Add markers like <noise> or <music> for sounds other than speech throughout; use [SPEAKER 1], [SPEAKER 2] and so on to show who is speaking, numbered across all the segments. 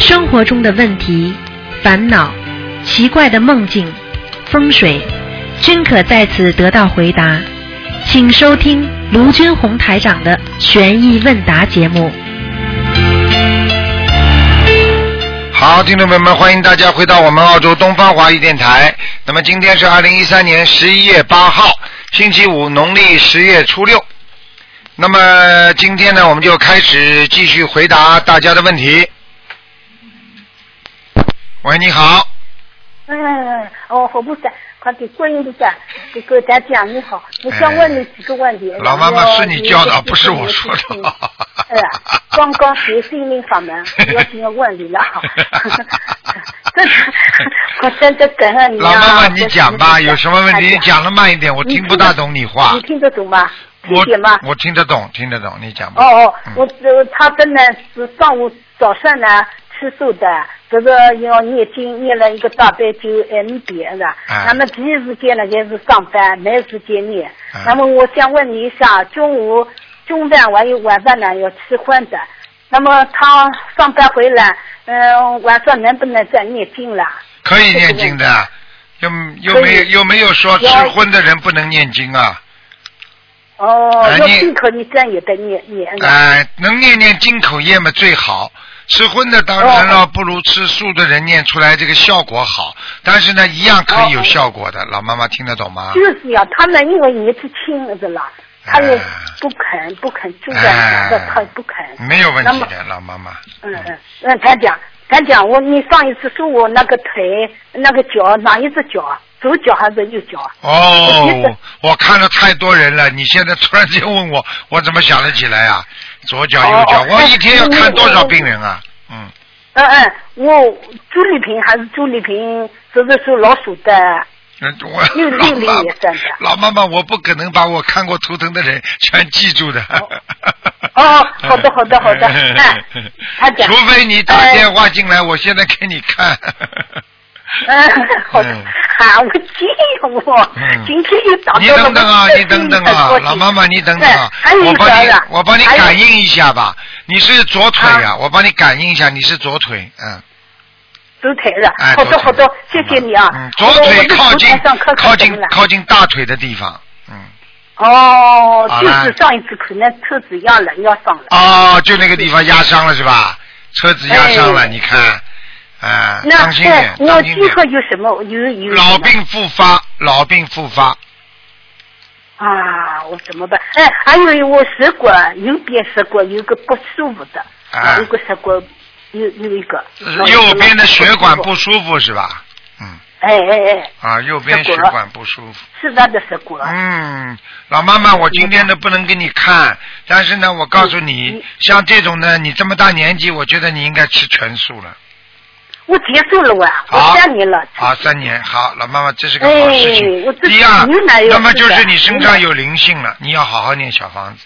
[SPEAKER 1] 生活中的问题、烦恼、奇怪的梦境、风水，均可在此得到回答。请收听卢军红台长的《悬疑问答》节目。
[SPEAKER 2] 好，听众朋友们，欢迎大家回到我们澳洲东方华语电台。那么今天是二零一三年十一月八号，星期五，农历十月初六。那么今天呢，我们就开始继续回答大家的问题。喂，你好，
[SPEAKER 3] 嗯，哦，我不敢，快给观音菩萨，给给咱讲你好，我想问你几个问题。
[SPEAKER 2] 老妈妈是你叫的，不是我说的。
[SPEAKER 3] 呃，刚刚学心灵法门，有几个问题了。真的，我真的感恩你
[SPEAKER 2] 老
[SPEAKER 3] 啊！
[SPEAKER 2] 妈妈，你讲吧，有什么问题？你
[SPEAKER 3] 讲
[SPEAKER 2] 讲的慢一点，我听不大懂你话
[SPEAKER 3] 你。听得懂吗？理解吗
[SPEAKER 2] 我？我听得懂，听得懂，你讲吧。
[SPEAKER 3] 哦哦
[SPEAKER 2] 嗯，
[SPEAKER 3] 我我他本来是上午早上呢吃素的，这个要念经念了一个大悲咒 M 点是吧？
[SPEAKER 2] 哎
[SPEAKER 3] 那么其余时间呢就是上班，没时间念
[SPEAKER 2] 哎。
[SPEAKER 3] 那么我想问你一下，中午中饭还有晚饭呢要吃荤的，那么他上班回来，嗯、晚上能不能再念经了？
[SPEAKER 2] 可以念经的，又又没有
[SPEAKER 3] 可以
[SPEAKER 2] 又没有说吃
[SPEAKER 3] 有
[SPEAKER 2] 荤的人不能念经啊？
[SPEAKER 3] 哦，
[SPEAKER 2] 哎
[SPEAKER 3] 要
[SPEAKER 2] 你
[SPEAKER 3] 进口你真有的念念的。
[SPEAKER 2] 哎、能念念金口业嘛最好。吃荤的当然
[SPEAKER 3] 哦
[SPEAKER 2] 了，不如吃素的人念出来这个效果好，但是呢，一样可以有效果的。老妈妈听得懂吗？
[SPEAKER 3] 哦就是呀，他们因为年纪轻是吧？他也
[SPEAKER 2] 哎
[SPEAKER 3] 不肯不肯住在
[SPEAKER 2] 哎
[SPEAKER 3] 那个，他也不肯。
[SPEAKER 2] 没有问
[SPEAKER 3] 那
[SPEAKER 2] 题
[SPEAKER 3] 么
[SPEAKER 2] 的，老妈妈。
[SPEAKER 3] 嗯嗯嗯，他讲他讲我，你上一次说我那个腿那个脚哪一只脚，左脚还是右脚？我觉
[SPEAKER 2] 哦
[SPEAKER 3] 得，
[SPEAKER 2] 我看了太多人了，你现在突然间问我，我怎么想得起来啊？左脚右脚，
[SPEAKER 3] 哦哦
[SPEAKER 2] 我一天要看多少
[SPEAKER 3] 嗯嗯嗯
[SPEAKER 2] 病人啊？嗯，
[SPEAKER 3] 嗯嗯，我朱丽萍还是朱丽萍，就是属老鼠的。
[SPEAKER 2] <laughs> 嗯我
[SPEAKER 3] 六
[SPEAKER 2] 老
[SPEAKER 3] 六
[SPEAKER 2] 妈
[SPEAKER 3] 零也算的
[SPEAKER 2] 老妈妈，我不可能把我看过图腾的人全记住的。
[SPEAKER 3] 哦
[SPEAKER 2] <laughs>
[SPEAKER 3] 好的好的好的哎他讲
[SPEAKER 2] 除非你打
[SPEAKER 3] 哎
[SPEAKER 2] 电话进来，我现在给你看。
[SPEAKER 3] 嗯， <laughs> 好的
[SPEAKER 2] 嗯，
[SPEAKER 3] 啊，我记我
[SPEAKER 2] 嗯
[SPEAKER 3] 今天又找到
[SPEAKER 2] 你
[SPEAKER 3] 了
[SPEAKER 2] 等等啊
[SPEAKER 3] 我，
[SPEAKER 2] 你等等啊
[SPEAKER 3] 我，
[SPEAKER 2] 老妈妈，你等等啊
[SPEAKER 3] 哎还，有
[SPEAKER 2] 我
[SPEAKER 3] 一个
[SPEAKER 2] 帮你
[SPEAKER 3] 啊，
[SPEAKER 2] 我帮你
[SPEAKER 3] 还有
[SPEAKER 2] 感应一下吧。你是左腿啊，
[SPEAKER 3] 啊
[SPEAKER 2] 我帮你感应一下，你是左腿，嗯，
[SPEAKER 3] 左腿了，
[SPEAKER 2] 哎，
[SPEAKER 3] 好
[SPEAKER 2] 左
[SPEAKER 3] 的
[SPEAKER 2] 腿
[SPEAKER 3] 好的，谢谢你啊。
[SPEAKER 2] 嗯，左腿靠近
[SPEAKER 3] 我我在头台上磕头
[SPEAKER 2] 靠近
[SPEAKER 3] 了。
[SPEAKER 2] 靠近大腿的地方，嗯，
[SPEAKER 3] 哦，
[SPEAKER 2] 好
[SPEAKER 3] 就
[SPEAKER 2] 了
[SPEAKER 3] 是上一次可能车子压了，要上了。
[SPEAKER 2] 哦，就那个地方压伤了是吧？车子压伤了，
[SPEAKER 3] 哎
[SPEAKER 2] 你看，啊，
[SPEAKER 3] 那
[SPEAKER 2] 当心点
[SPEAKER 3] 哎，，
[SPEAKER 2] 当
[SPEAKER 3] 我
[SPEAKER 2] 心
[SPEAKER 3] 今
[SPEAKER 2] 点
[SPEAKER 3] 后。有什么有有什么
[SPEAKER 2] 老病复发，老病复发，
[SPEAKER 3] 啊？我怎么办？哎，还有我舌管右边舌管有个不舒服的，
[SPEAKER 2] 啊
[SPEAKER 3] 有个舌管有有一个
[SPEAKER 2] 右边的血管不
[SPEAKER 3] 舒服。
[SPEAKER 2] 舒服是吧？嗯，
[SPEAKER 3] 哎哎哎，
[SPEAKER 2] 啊，右边
[SPEAKER 3] 血
[SPEAKER 2] 血
[SPEAKER 3] 管
[SPEAKER 2] 管不舒服。
[SPEAKER 3] 是他的舌管。
[SPEAKER 2] 嗯，老妈妈，我今天呢不能给你看，但是呢，我告诉你
[SPEAKER 3] 嗯，
[SPEAKER 2] 像这种呢，你这么大年纪，我觉得你应该吃全素了。
[SPEAKER 3] 我结束了我，啊我
[SPEAKER 2] 好，
[SPEAKER 3] 三年了。
[SPEAKER 2] 好，三年，好，老妈妈，这是个好事
[SPEAKER 3] 哎我
[SPEAKER 2] 情。
[SPEAKER 3] 这
[SPEAKER 2] 第二
[SPEAKER 3] 牛奶，也
[SPEAKER 2] 那么
[SPEAKER 3] 是
[SPEAKER 2] 就
[SPEAKER 3] 的
[SPEAKER 2] 是你身上
[SPEAKER 3] 牛奶
[SPEAKER 2] 有灵性了，你要好好念小房子。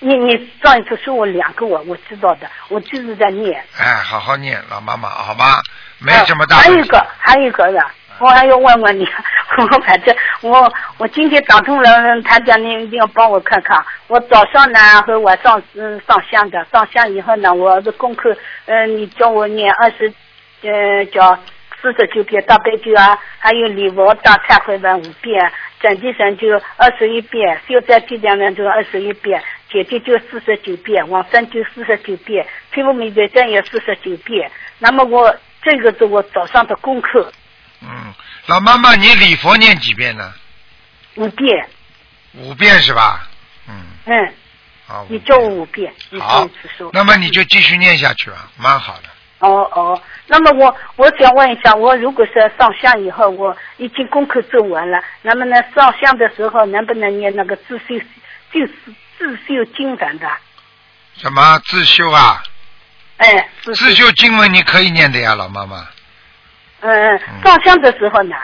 [SPEAKER 3] 你你上一次说我两个我我知道的，我就是在念。
[SPEAKER 2] 哎，好好念，老妈妈，好吧？没有这么大
[SPEAKER 3] 啊还有
[SPEAKER 2] 问
[SPEAKER 3] 一
[SPEAKER 2] 题。
[SPEAKER 3] 个，还有一个呀，我还要问问你， <laughs> 我反正我我今天打通了，他讲你一定要帮我看看。我早上呢和晚上嗯上香的，上香以后呢，我的功课嗯、呃你叫我念二十，嗯叫四十九遍大悲咒啊，还有礼佛大忏悔文五遍，整体神就二十一遍，消灾吉祥文就二十一遍。姐姐就四十九遍，往生就四十九遍，天父弥觉真也四十九遍。那么我这个是我早上的功课
[SPEAKER 2] 嗯，老妈妈，你礼佛念几遍呢？
[SPEAKER 3] 五遍，
[SPEAKER 2] 五遍是吧？嗯，
[SPEAKER 3] 嗯，
[SPEAKER 2] 好。
[SPEAKER 3] 你
[SPEAKER 2] 五遍
[SPEAKER 3] 叫我五遍，你上
[SPEAKER 2] 好
[SPEAKER 3] 一次说，。
[SPEAKER 2] 那么你就继续念下去吧，蛮好的。
[SPEAKER 3] 哦哦，那么我我想问一下，我如果是上香以后，我已经功课做完了，那么呢上香的时候能不能念那个自修就是自修经文的？
[SPEAKER 2] 什么自修啊？
[SPEAKER 3] 哎，自
[SPEAKER 2] 自修经文你可以念的呀，老妈妈。
[SPEAKER 3] 嗯嗯，上香的时候呢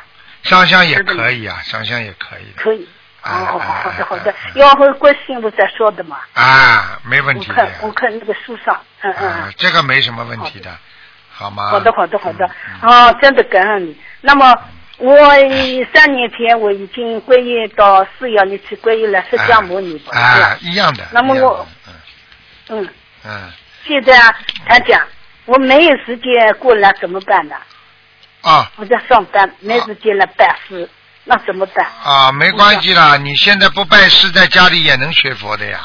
[SPEAKER 2] 上香也可以
[SPEAKER 3] 嗯
[SPEAKER 2] 啊，上香也可以的。
[SPEAKER 3] 可以。哦，
[SPEAKER 2] 哎
[SPEAKER 3] 好
[SPEAKER 2] 哎
[SPEAKER 3] 好的好的
[SPEAKER 2] 哎哎，
[SPEAKER 3] 要和观世音菩萨说的嘛。
[SPEAKER 2] 啊，没问
[SPEAKER 3] 我
[SPEAKER 2] 题的
[SPEAKER 3] 看
[SPEAKER 2] 呀。
[SPEAKER 3] 我看那个书上，嗯嗯。嗯
[SPEAKER 2] 啊，这个没什么问题的，好吗？
[SPEAKER 3] 好的，好的，好的
[SPEAKER 2] 嗯。嗯
[SPEAKER 3] 哦，真的感恩你。那么我三年前我已经皈依到寺庙里去皈依了释迦牟尼佛，是
[SPEAKER 2] 啊
[SPEAKER 3] 吧，
[SPEAKER 2] 一样的。
[SPEAKER 3] 那么
[SPEAKER 2] 一样的
[SPEAKER 3] 我
[SPEAKER 2] 嗯
[SPEAKER 3] 嗯，
[SPEAKER 2] 嗯，
[SPEAKER 3] 现在啊，他讲，我没有时间过来怎么办呢？
[SPEAKER 2] 啊
[SPEAKER 3] 我在上班，没时间来办事，那怎么办？
[SPEAKER 2] 啊，没关系啦，你现在不拜师，在家里也能学佛的呀。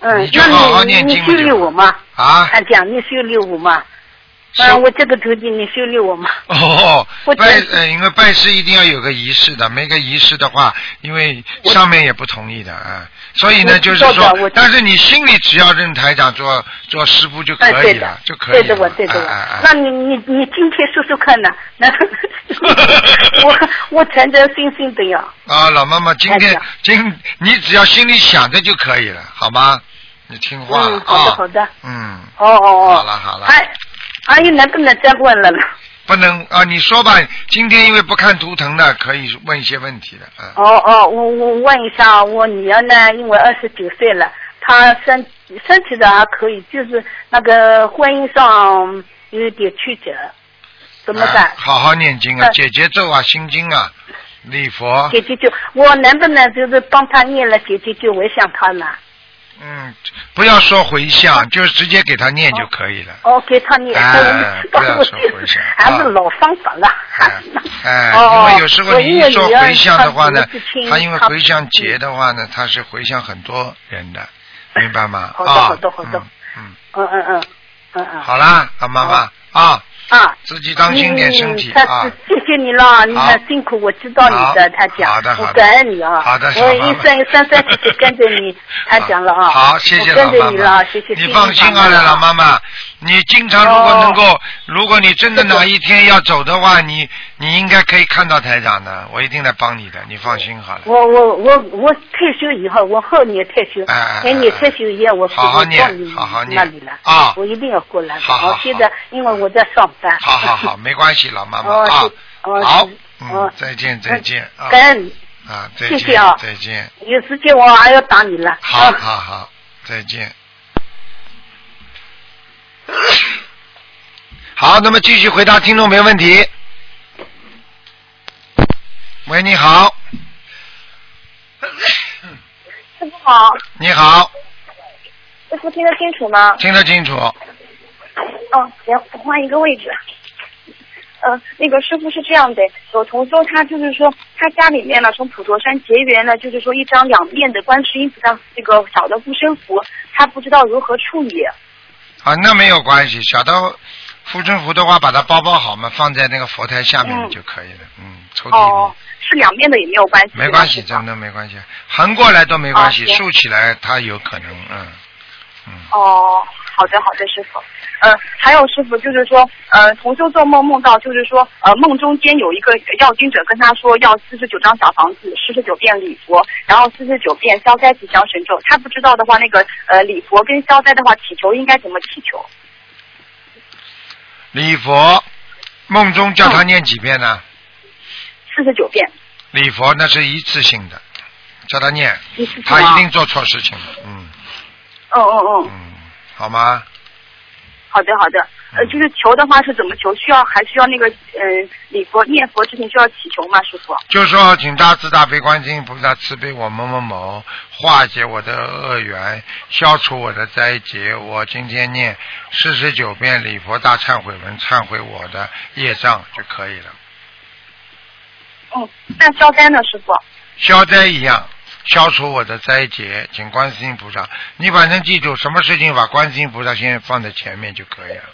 [SPEAKER 3] 嗯
[SPEAKER 2] 你，就
[SPEAKER 3] 那
[SPEAKER 2] 好好
[SPEAKER 3] 你
[SPEAKER 2] 念
[SPEAKER 3] 你
[SPEAKER 2] 经
[SPEAKER 3] 修
[SPEAKER 2] 就
[SPEAKER 3] 理
[SPEAKER 2] 好
[SPEAKER 3] 我吗？
[SPEAKER 2] 啊，
[SPEAKER 3] 俺讲你修理我吗？
[SPEAKER 2] 修
[SPEAKER 3] 嗯，我这个徒弟你修理我吗？
[SPEAKER 2] 哦
[SPEAKER 3] <laughs> 我，觉
[SPEAKER 2] 拜
[SPEAKER 3] 得
[SPEAKER 2] 呃，因为拜师一定要有个仪式的，没个仪式的话，因为上面也不同意的啊。所以呢，
[SPEAKER 3] 我
[SPEAKER 2] 就
[SPEAKER 3] 知
[SPEAKER 2] 是
[SPEAKER 3] 道的
[SPEAKER 2] 说
[SPEAKER 3] 我，
[SPEAKER 2] 但是你心里只要认台长做做师傅就可
[SPEAKER 3] 哎，
[SPEAKER 2] 以
[SPEAKER 3] 对
[SPEAKER 2] 了，
[SPEAKER 3] 的，
[SPEAKER 2] 就可以
[SPEAKER 3] 对
[SPEAKER 2] 了。
[SPEAKER 3] 的，我对的我。
[SPEAKER 2] 哎哎
[SPEAKER 3] 那你你你今天说说
[SPEAKER 2] <laughs>
[SPEAKER 3] 看呢？那我我缠着星星的呀。
[SPEAKER 2] 啊，老妈妈，今
[SPEAKER 3] 哎
[SPEAKER 2] 天
[SPEAKER 3] 呀
[SPEAKER 2] 今你只要心里想着就可以了，好吗？你听话了
[SPEAKER 3] 嗯，好的
[SPEAKER 2] 啊
[SPEAKER 3] 好的。
[SPEAKER 2] 嗯，
[SPEAKER 3] 哦哦哦。
[SPEAKER 2] 好了好了
[SPEAKER 3] 哎，阿姨能不能再问了呢？
[SPEAKER 2] 不能啊，你说吧，今天因为不看图腾的，可以问一些问题的，嗯。
[SPEAKER 3] 哦哦，我我问一下，我女儿呢，因为二十九岁了，她身身体的还可以，就是那个婚姻上有点曲折，怎么办
[SPEAKER 2] 啊？好好念经啊，
[SPEAKER 3] 嗯
[SPEAKER 2] 解结咒啊，心经啊，礼佛。
[SPEAKER 3] 姐姐就我能不能就是帮她念了姐姐就回向她呢？
[SPEAKER 2] 嗯，不要说回向，就直接给他念就可以了。
[SPEAKER 3] 哦，给她念，
[SPEAKER 2] 哎
[SPEAKER 3] 我知道
[SPEAKER 2] 不要
[SPEAKER 3] 我
[SPEAKER 2] 说回向
[SPEAKER 3] 还是
[SPEAKER 2] 啊
[SPEAKER 3] 老方法了。
[SPEAKER 2] 哎哎，因
[SPEAKER 3] 哦
[SPEAKER 2] 为有时候
[SPEAKER 3] 我
[SPEAKER 2] 你
[SPEAKER 3] 因为
[SPEAKER 2] 一说
[SPEAKER 3] 女儿
[SPEAKER 2] 回向的
[SPEAKER 3] 她
[SPEAKER 2] 话
[SPEAKER 3] 怎么
[SPEAKER 2] 呢
[SPEAKER 3] 不听，
[SPEAKER 2] 他因为
[SPEAKER 3] 她
[SPEAKER 2] 回向
[SPEAKER 3] 不
[SPEAKER 2] 结的话呢，他是回向很多人的，明白吗？
[SPEAKER 3] 好的
[SPEAKER 2] 啊
[SPEAKER 3] 好的好的
[SPEAKER 2] 嗯嗯，
[SPEAKER 3] 嗯嗯嗯嗯嗯。
[SPEAKER 2] 好啦，老妈妈啊，
[SPEAKER 3] 啊。
[SPEAKER 2] 自己当心点身体
[SPEAKER 3] 嗯
[SPEAKER 2] 啊
[SPEAKER 3] 他。谢谢你了，你很辛苦，我知道你
[SPEAKER 2] 好
[SPEAKER 3] 的，他讲，
[SPEAKER 2] 好的好的
[SPEAKER 3] 我感恩你啊，
[SPEAKER 2] 好的
[SPEAKER 3] 我
[SPEAKER 2] 小妈妈
[SPEAKER 3] 一生一生三世就跟着
[SPEAKER 2] <laughs>
[SPEAKER 3] 你，他讲了啊，
[SPEAKER 2] 好，谢谢
[SPEAKER 3] 我
[SPEAKER 2] 老
[SPEAKER 3] 跟
[SPEAKER 2] 妈
[SPEAKER 3] 着你了
[SPEAKER 2] 妈，，
[SPEAKER 3] 谢谢，
[SPEAKER 2] 你放心啊，
[SPEAKER 3] 谢谢
[SPEAKER 2] 老妈妈，你经常如果能够，
[SPEAKER 3] 哦
[SPEAKER 2] 如果你真的
[SPEAKER 3] 这个
[SPEAKER 2] 哪一天要走的话，你你应该可以看到台长的，我一定来帮你的，你放心好了。
[SPEAKER 3] 我我我我退休以后，我后年退休，
[SPEAKER 2] 哎哎哎
[SPEAKER 3] 明年退休以后，我
[SPEAKER 2] 好好
[SPEAKER 3] 我到
[SPEAKER 2] 念
[SPEAKER 3] 你
[SPEAKER 2] 好好念
[SPEAKER 3] 那里了
[SPEAKER 2] 啊
[SPEAKER 3] 我一定要过来的。
[SPEAKER 2] 好好
[SPEAKER 3] 我现在因为我在上班。
[SPEAKER 2] 好好好，没关系，老妈妈
[SPEAKER 3] 哦
[SPEAKER 2] 啊
[SPEAKER 3] 是哦，
[SPEAKER 2] 好
[SPEAKER 3] 是，
[SPEAKER 2] 嗯
[SPEAKER 3] 哦，
[SPEAKER 2] 再见再见啊
[SPEAKER 3] 感恩你，
[SPEAKER 2] 啊，再
[SPEAKER 3] 谢谢
[SPEAKER 2] 见
[SPEAKER 3] 啊
[SPEAKER 2] 再见，
[SPEAKER 3] 有时间我还要打你了。
[SPEAKER 2] 好
[SPEAKER 3] 啊
[SPEAKER 2] 好好，再见。好，那么继续回答听众没问题。喂，你好，
[SPEAKER 4] 师傅好，
[SPEAKER 2] 你好，
[SPEAKER 4] 师傅听得清楚吗？
[SPEAKER 2] 听得清楚。啊
[SPEAKER 4] 哦，行，我换一个位置。呃，那个师傅是这样的，有同修他就是说，他家里面呢从普陀山结缘了，就是说一张两面的观世音菩萨那个小的护身符，他不知道如何处理。
[SPEAKER 2] 啊，那没有关系，小到护身符的话，把它包包好嘛，放在那个佛台下面
[SPEAKER 4] 嗯
[SPEAKER 2] 就可以了。嗯，抽屉
[SPEAKER 4] 哦
[SPEAKER 2] 里，
[SPEAKER 4] 是两面的也没有关系，
[SPEAKER 2] 没关系，
[SPEAKER 4] 对吧
[SPEAKER 2] 真的没关系，横过来都没关系，
[SPEAKER 4] 啊行
[SPEAKER 2] 竖起来它有可能，嗯嗯，
[SPEAKER 4] 哦，好的好的，师傅。呃，还有师傅就是说，呃，同修做梦梦到就是说，呃，梦中间有一个要经者跟他说要四十九张小房子，四十九遍礼佛，然后四十九遍消灾吉祥神咒。他不知道的话，那个呃礼佛跟消灾的话，祈求应该怎么祈求？
[SPEAKER 2] 礼佛，梦中叫他念几遍
[SPEAKER 4] 嗯
[SPEAKER 2] 呢？
[SPEAKER 4] 四十九遍，
[SPEAKER 2] 礼佛那是一次性的，叫他念，
[SPEAKER 4] 你是
[SPEAKER 3] 啊
[SPEAKER 2] 他一定做错事情了，嗯
[SPEAKER 4] 嗯嗯嗯，
[SPEAKER 2] 嗯，好吗？
[SPEAKER 4] 好的好的。呃，就是求的话是怎么求？需要还需要那个嗯、呃、礼佛念佛之前需要祈求吗，师傅？
[SPEAKER 2] 就说请大慈大悲观世音菩萨慈悲我某某某，化解我的恶缘，消除我的灾劫。我今天念四十九遍礼佛大忏悔文，忏悔我的业障就可以了。
[SPEAKER 4] 嗯，那消灾呢，师傅？
[SPEAKER 2] 消灾一样，消除我的灾劫，请观世音菩萨。你反正记住，什么事情把观世音菩萨先放在前面就可以了。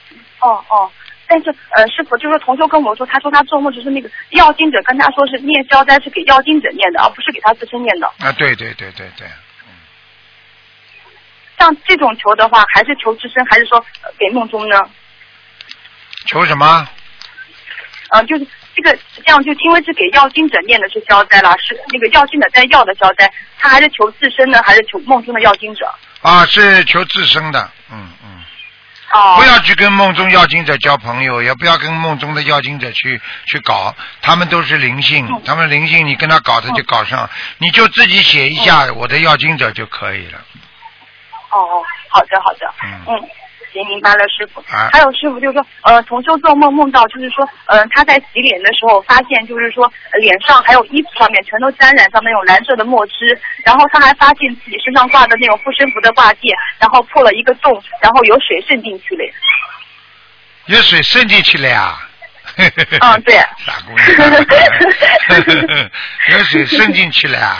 [SPEAKER 4] 哦哦，但是呃，师傅就是同修跟我说，他说他做梦就是那个药经者跟他说是念消灾是给药经者念的，而不是给他自身念的。
[SPEAKER 2] 啊，对对对对对，
[SPEAKER 4] 像这种求的话，还是求自身，还是说、呃给梦中呢？
[SPEAKER 2] 求什么？
[SPEAKER 4] 呃，就是这个这样，就因为是给药经者念的是消灾啦，是那个药经者在药的消灾，他还是求自身呢，还是求梦中的药经者？
[SPEAKER 2] 啊，是求自身的。嗯嗯。
[SPEAKER 4] 哦，
[SPEAKER 2] 不要去跟梦中要经者交朋友，也不要跟梦中的要经者去去搞，他们都是灵性，
[SPEAKER 4] 嗯
[SPEAKER 2] 他们灵性你跟他搞，他就搞上，你就自己写一下我的要经者就可以了。
[SPEAKER 4] 哦哦，好的好的，
[SPEAKER 2] 嗯
[SPEAKER 4] 嗯，行，明白了，师傅。
[SPEAKER 2] 啊
[SPEAKER 4] 还有师傅就是说，呃，同修做梦梦到，就是说，呃，他在洗脸的时候发现，就是说呃脸上还有衣服上面全都沾染上那种蓝色的墨汁，然后他还发现自己身上挂的那种护身符的挂件，然后破了一个洞，然后有水渗进去了。
[SPEAKER 2] 有水渗进去了呀。 <laughs>
[SPEAKER 4] 嗯对
[SPEAKER 2] 傻姑娘， <laughs> 有水渗进去了呀。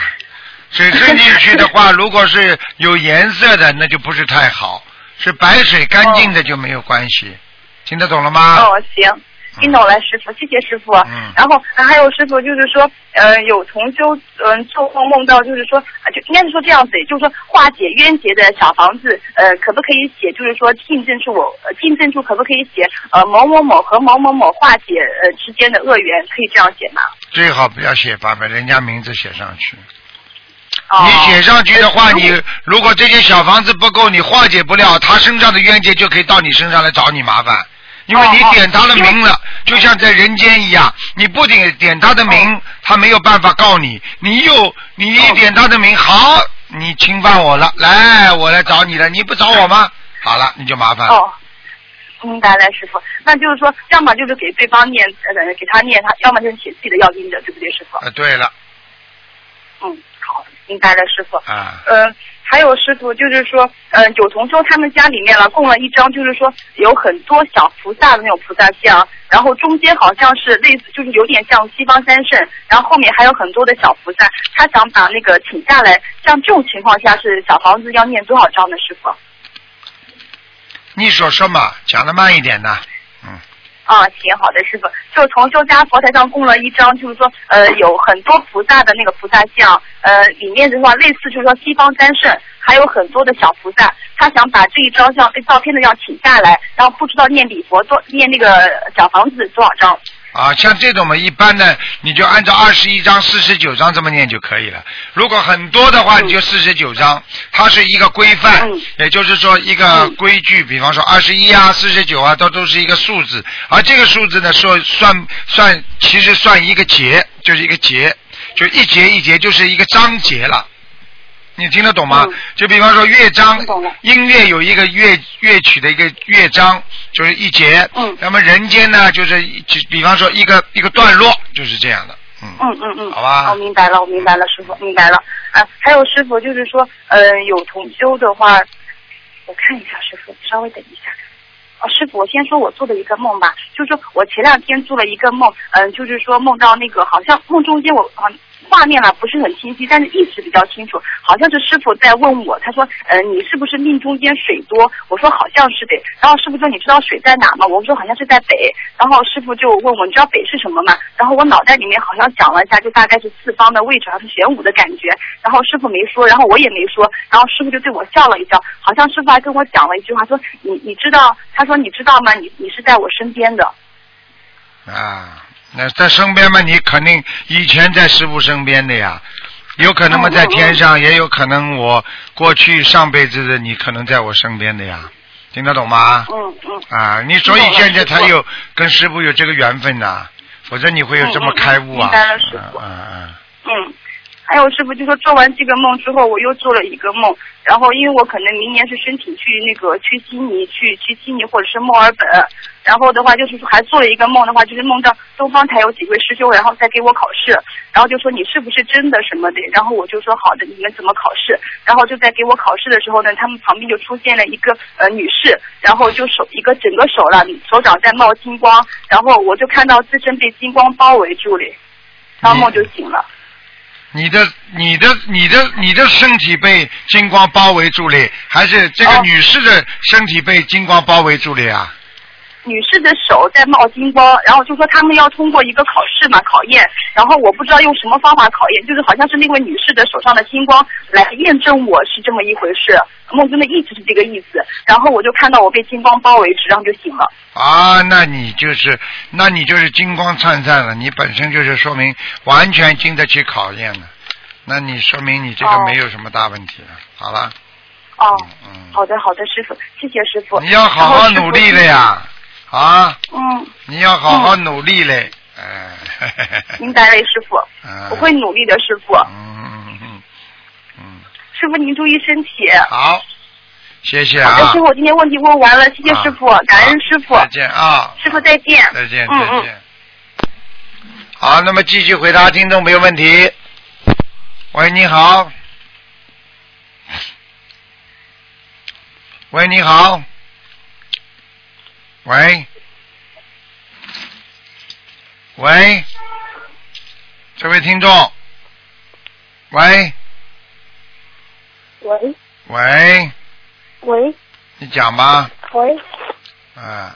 [SPEAKER 2] 水渗进去的话，如果是有颜色的，那就不是太好；是白水干净的就没有关系。听得懂了吗？
[SPEAKER 4] 哦，行，听懂了，师傅，谢谢师傅。
[SPEAKER 2] 嗯
[SPEAKER 4] 然后还有师傅就是说，呃，有同修，嗯、做梦梦到就是说，啊就应该是说这样子，就是说化解冤结的小房子，呃，可不可以写？就是说进证处我，呃进证处可不可以写？呃，某某某和某某某化解呃之间的恶缘，可以这样写吗？
[SPEAKER 2] 最好不要写，把把人家名字写上去。
[SPEAKER 4] 哦、
[SPEAKER 2] 你写上去的话，
[SPEAKER 4] 呃
[SPEAKER 2] 你如果这些小房子不够，你化解不了，他身上的冤结就可以到你身上来找你麻烦，因为
[SPEAKER 4] 哦
[SPEAKER 2] 你
[SPEAKER 4] 哦
[SPEAKER 2] 点他的
[SPEAKER 4] 因为
[SPEAKER 2] 名了，就像在人间一样，你不点点他的名，
[SPEAKER 4] 哦
[SPEAKER 2] 他没有办法告你，你又你一点他的名，好，你侵犯我了，来，我来找你了，你不找我吗？好了，你就麻烦了。
[SPEAKER 4] 哦，明白了，师傅。那就是说，要么就是给对方念，呃，给他念他，要么就是写自己的要经者，对不对，师傅？
[SPEAKER 2] 呃，对了，
[SPEAKER 4] 嗯，好，明白了，师傅。
[SPEAKER 2] 啊，
[SPEAKER 4] 呃，还有师傅就是说，呃，有同修他们家里面了供了一张，就是说有很多小菩萨的那种菩萨像，然后中间好像是类似，就是有点像西方三圣，然后后面还有很多的小菩萨，他想把那个请下来，像这种情况下是小房子要念多少张呢，师傅？
[SPEAKER 2] 你所说嘛，讲的慢一点呐，嗯。
[SPEAKER 4] 啊，行，好的，师傅，就是同修家佛台上供了一张，就是说，呃，有很多菩萨的那个菩萨像，呃，里面的话类似就是说西方三圣，还有很多的小菩萨，他想把这一张像这照片的像请下来，然后不知道念礼佛多念那个小房子多少张。
[SPEAKER 2] 啊，像这种嘛，一般呢，你就按照二十一章、四十九章这么念就可以了。如果很多的话，
[SPEAKER 4] 嗯
[SPEAKER 2] 你就四十九章，它是一个规范
[SPEAKER 4] 嗯，
[SPEAKER 2] 也就是说一个
[SPEAKER 4] 嗯
[SPEAKER 2] 规矩。比方说二十一啊、四十九啊，都都是一个数字，而这个数字呢，说算算，其实算一个节，就是一个节，就一节一节就是一个章节了。你听得懂吗？
[SPEAKER 4] 嗯
[SPEAKER 2] 就比方说乐章
[SPEAKER 4] 听懂了，
[SPEAKER 2] 音乐有一个乐乐曲的一个乐章，就是一节。
[SPEAKER 4] 嗯
[SPEAKER 2] 那么人间呢，就是一就比方说一个一个段落，就是这样的。嗯。
[SPEAKER 4] 嗯嗯嗯，
[SPEAKER 2] 好吧
[SPEAKER 4] 我、明白了，我明白了，师傅，明白了。啊，还有师傅就是说，呃，有同修的话，我看一下师傅，稍微等一下。哦，师傅，我先说我做的一个梦吧，就是说我前两天做了一个梦，嗯、就是说梦到那个好像梦中间我好像画面啊不是很清晰，但是意识比较清楚，好像是师傅在问我，他说，呃，你是不是命中间水多？我说好像是的。然后师傅说你知道水在哪吗？我说好像是在北。然后师傅就问我你知道北是什么吗？然后我脑袋里面好像想了一下，就大概是四方的位置，还是玄武的感觉。然后师傅没说，然后我也没说，然后师傅就对我笑了一笑，好像师傅还跟我讲了一句话，说你你知道，他说你知道吗？你你是在我身边的。
[SPEAKER 2] 啊，那在身边嘛，你肯定以前在师傅身边的呀，有可能嘛
[SPEAKER 4] 嗯
[SPEAKER 2] 在
[SPEAKER 4] 嗯
[SPEAKER 2] 天上，也有可能我过去上辈子的你可能在我身边的呀，听得懂吗？
[SPEAKER 4] 嗯嗯
[SPEAKER 2] 啊，你所以
[SPEAKER 4] 听懂了
[SPEAKER 2] 现在才
[SPEAKER 4] 师傅
[SPEAKER 2] 有跟师傅有这个缘分呐、否则你会有这么
[SPEAKER 4] 嗯嗯嗯
[SPEAKER 2] 开悟啊
[SPEAKER 4] 明！白了师傅
[SPEAKER 2] 嗯嗯
[SPEAKER 4] 嗯。还有师傅就说做完这个梦之后，我又做了一个梦，然后因为我可能明年是申请去那个去悉尼，去去悉尼或者是墨尔本，然后的话就是说还做了一个梦的话，就是梦到东方台有几位师兄，然后再给我考试，然后就说你是不是真的什么的，然后我就说好的，你们怎么考试？然后就在给我考试的时候呢，他们旁边就出现了一个呃女士，然后就手一个整个手了，手掌在冒金光，然后我就看到自身被金光包围住了，然后梦就醒了。
[SPEAKER 2] 你的、你的、你的、你的身体被金光包围住嘞，还是这个
[SPEAKER 4] 哦
[SPEAKER 2] 女士的身体被金光包围住嘞啊？
[SPEAKER 4] 女士的手在冒金光，然后就说他们要通过一个考试嘛，考验，然后我不知道用什么方法考验，就是好像是那位女士的手上的金光来验证我是这么一回事，梦中的一直是这个意思，然后我就看到我被金光包围住，然后就醒了。
[SPEAKER 2] 啊，那你就是，那你就是金光灿灿了，你本身就是说明完全经得起考验了，那你说明你这个
[SPEAKER 4] 哦
[SPEAKER 2] 没有什么大问题了，好了，
[SPEAKER 4] 哦，
[SPEAKER 2] 嗯
[SPEAKER 4] 好的好的，师傅，谢谢师傅。
[SPEAKER 2] 嗯，你要好好努力了
[SPEAKER 4] 的。
[SPEAKER 2] 呀，啊，
[SPEAKER 4] 嗯，
[SPEAKER 2] 你要好好努力嘞，哎、
[SPEAKER 4] 明白了，师傅，
[SPEAKER 2] <laughs> 嗯
[SPEAKER 4] 我会努力的，师傅。
[SPEAKER 2] 嗯嗯嗯嗯，
[SPEAKER 4] 师傅您注意身体。
[SPEAKER 2] 好，谢谢
[SPEAKER 4] 好的，
[SPEAKER 2] 啊
[SPEAKER 4] 师，傅，我今天问题问完了，谢谢
[SPEAKER 2] 啊
[SPEAKER 4] 师傅，感恩师傅，
[SPEAKER 2] 再见啊，
[SPEAKER 4] 师傅再见。
[SPEAKER 2] 再见，
[SPEAKER 4] 嗯
[SPEAKER 2] 再
[SPEAKER 4] 嗯。
[SPEAKER 2] 见。好，那么继续回答听众朋友问题。喂，你好。喂，你好。喂，喂，这位听众，喂
[SPEAKER 5] 喂
[SPEAKER 2] 喂，
[SPEAKER 5] 喂
[SPEAKER 2] 你讲吧，
[SPEAKER 5] 喂，
[SPEAKER 2] 啊，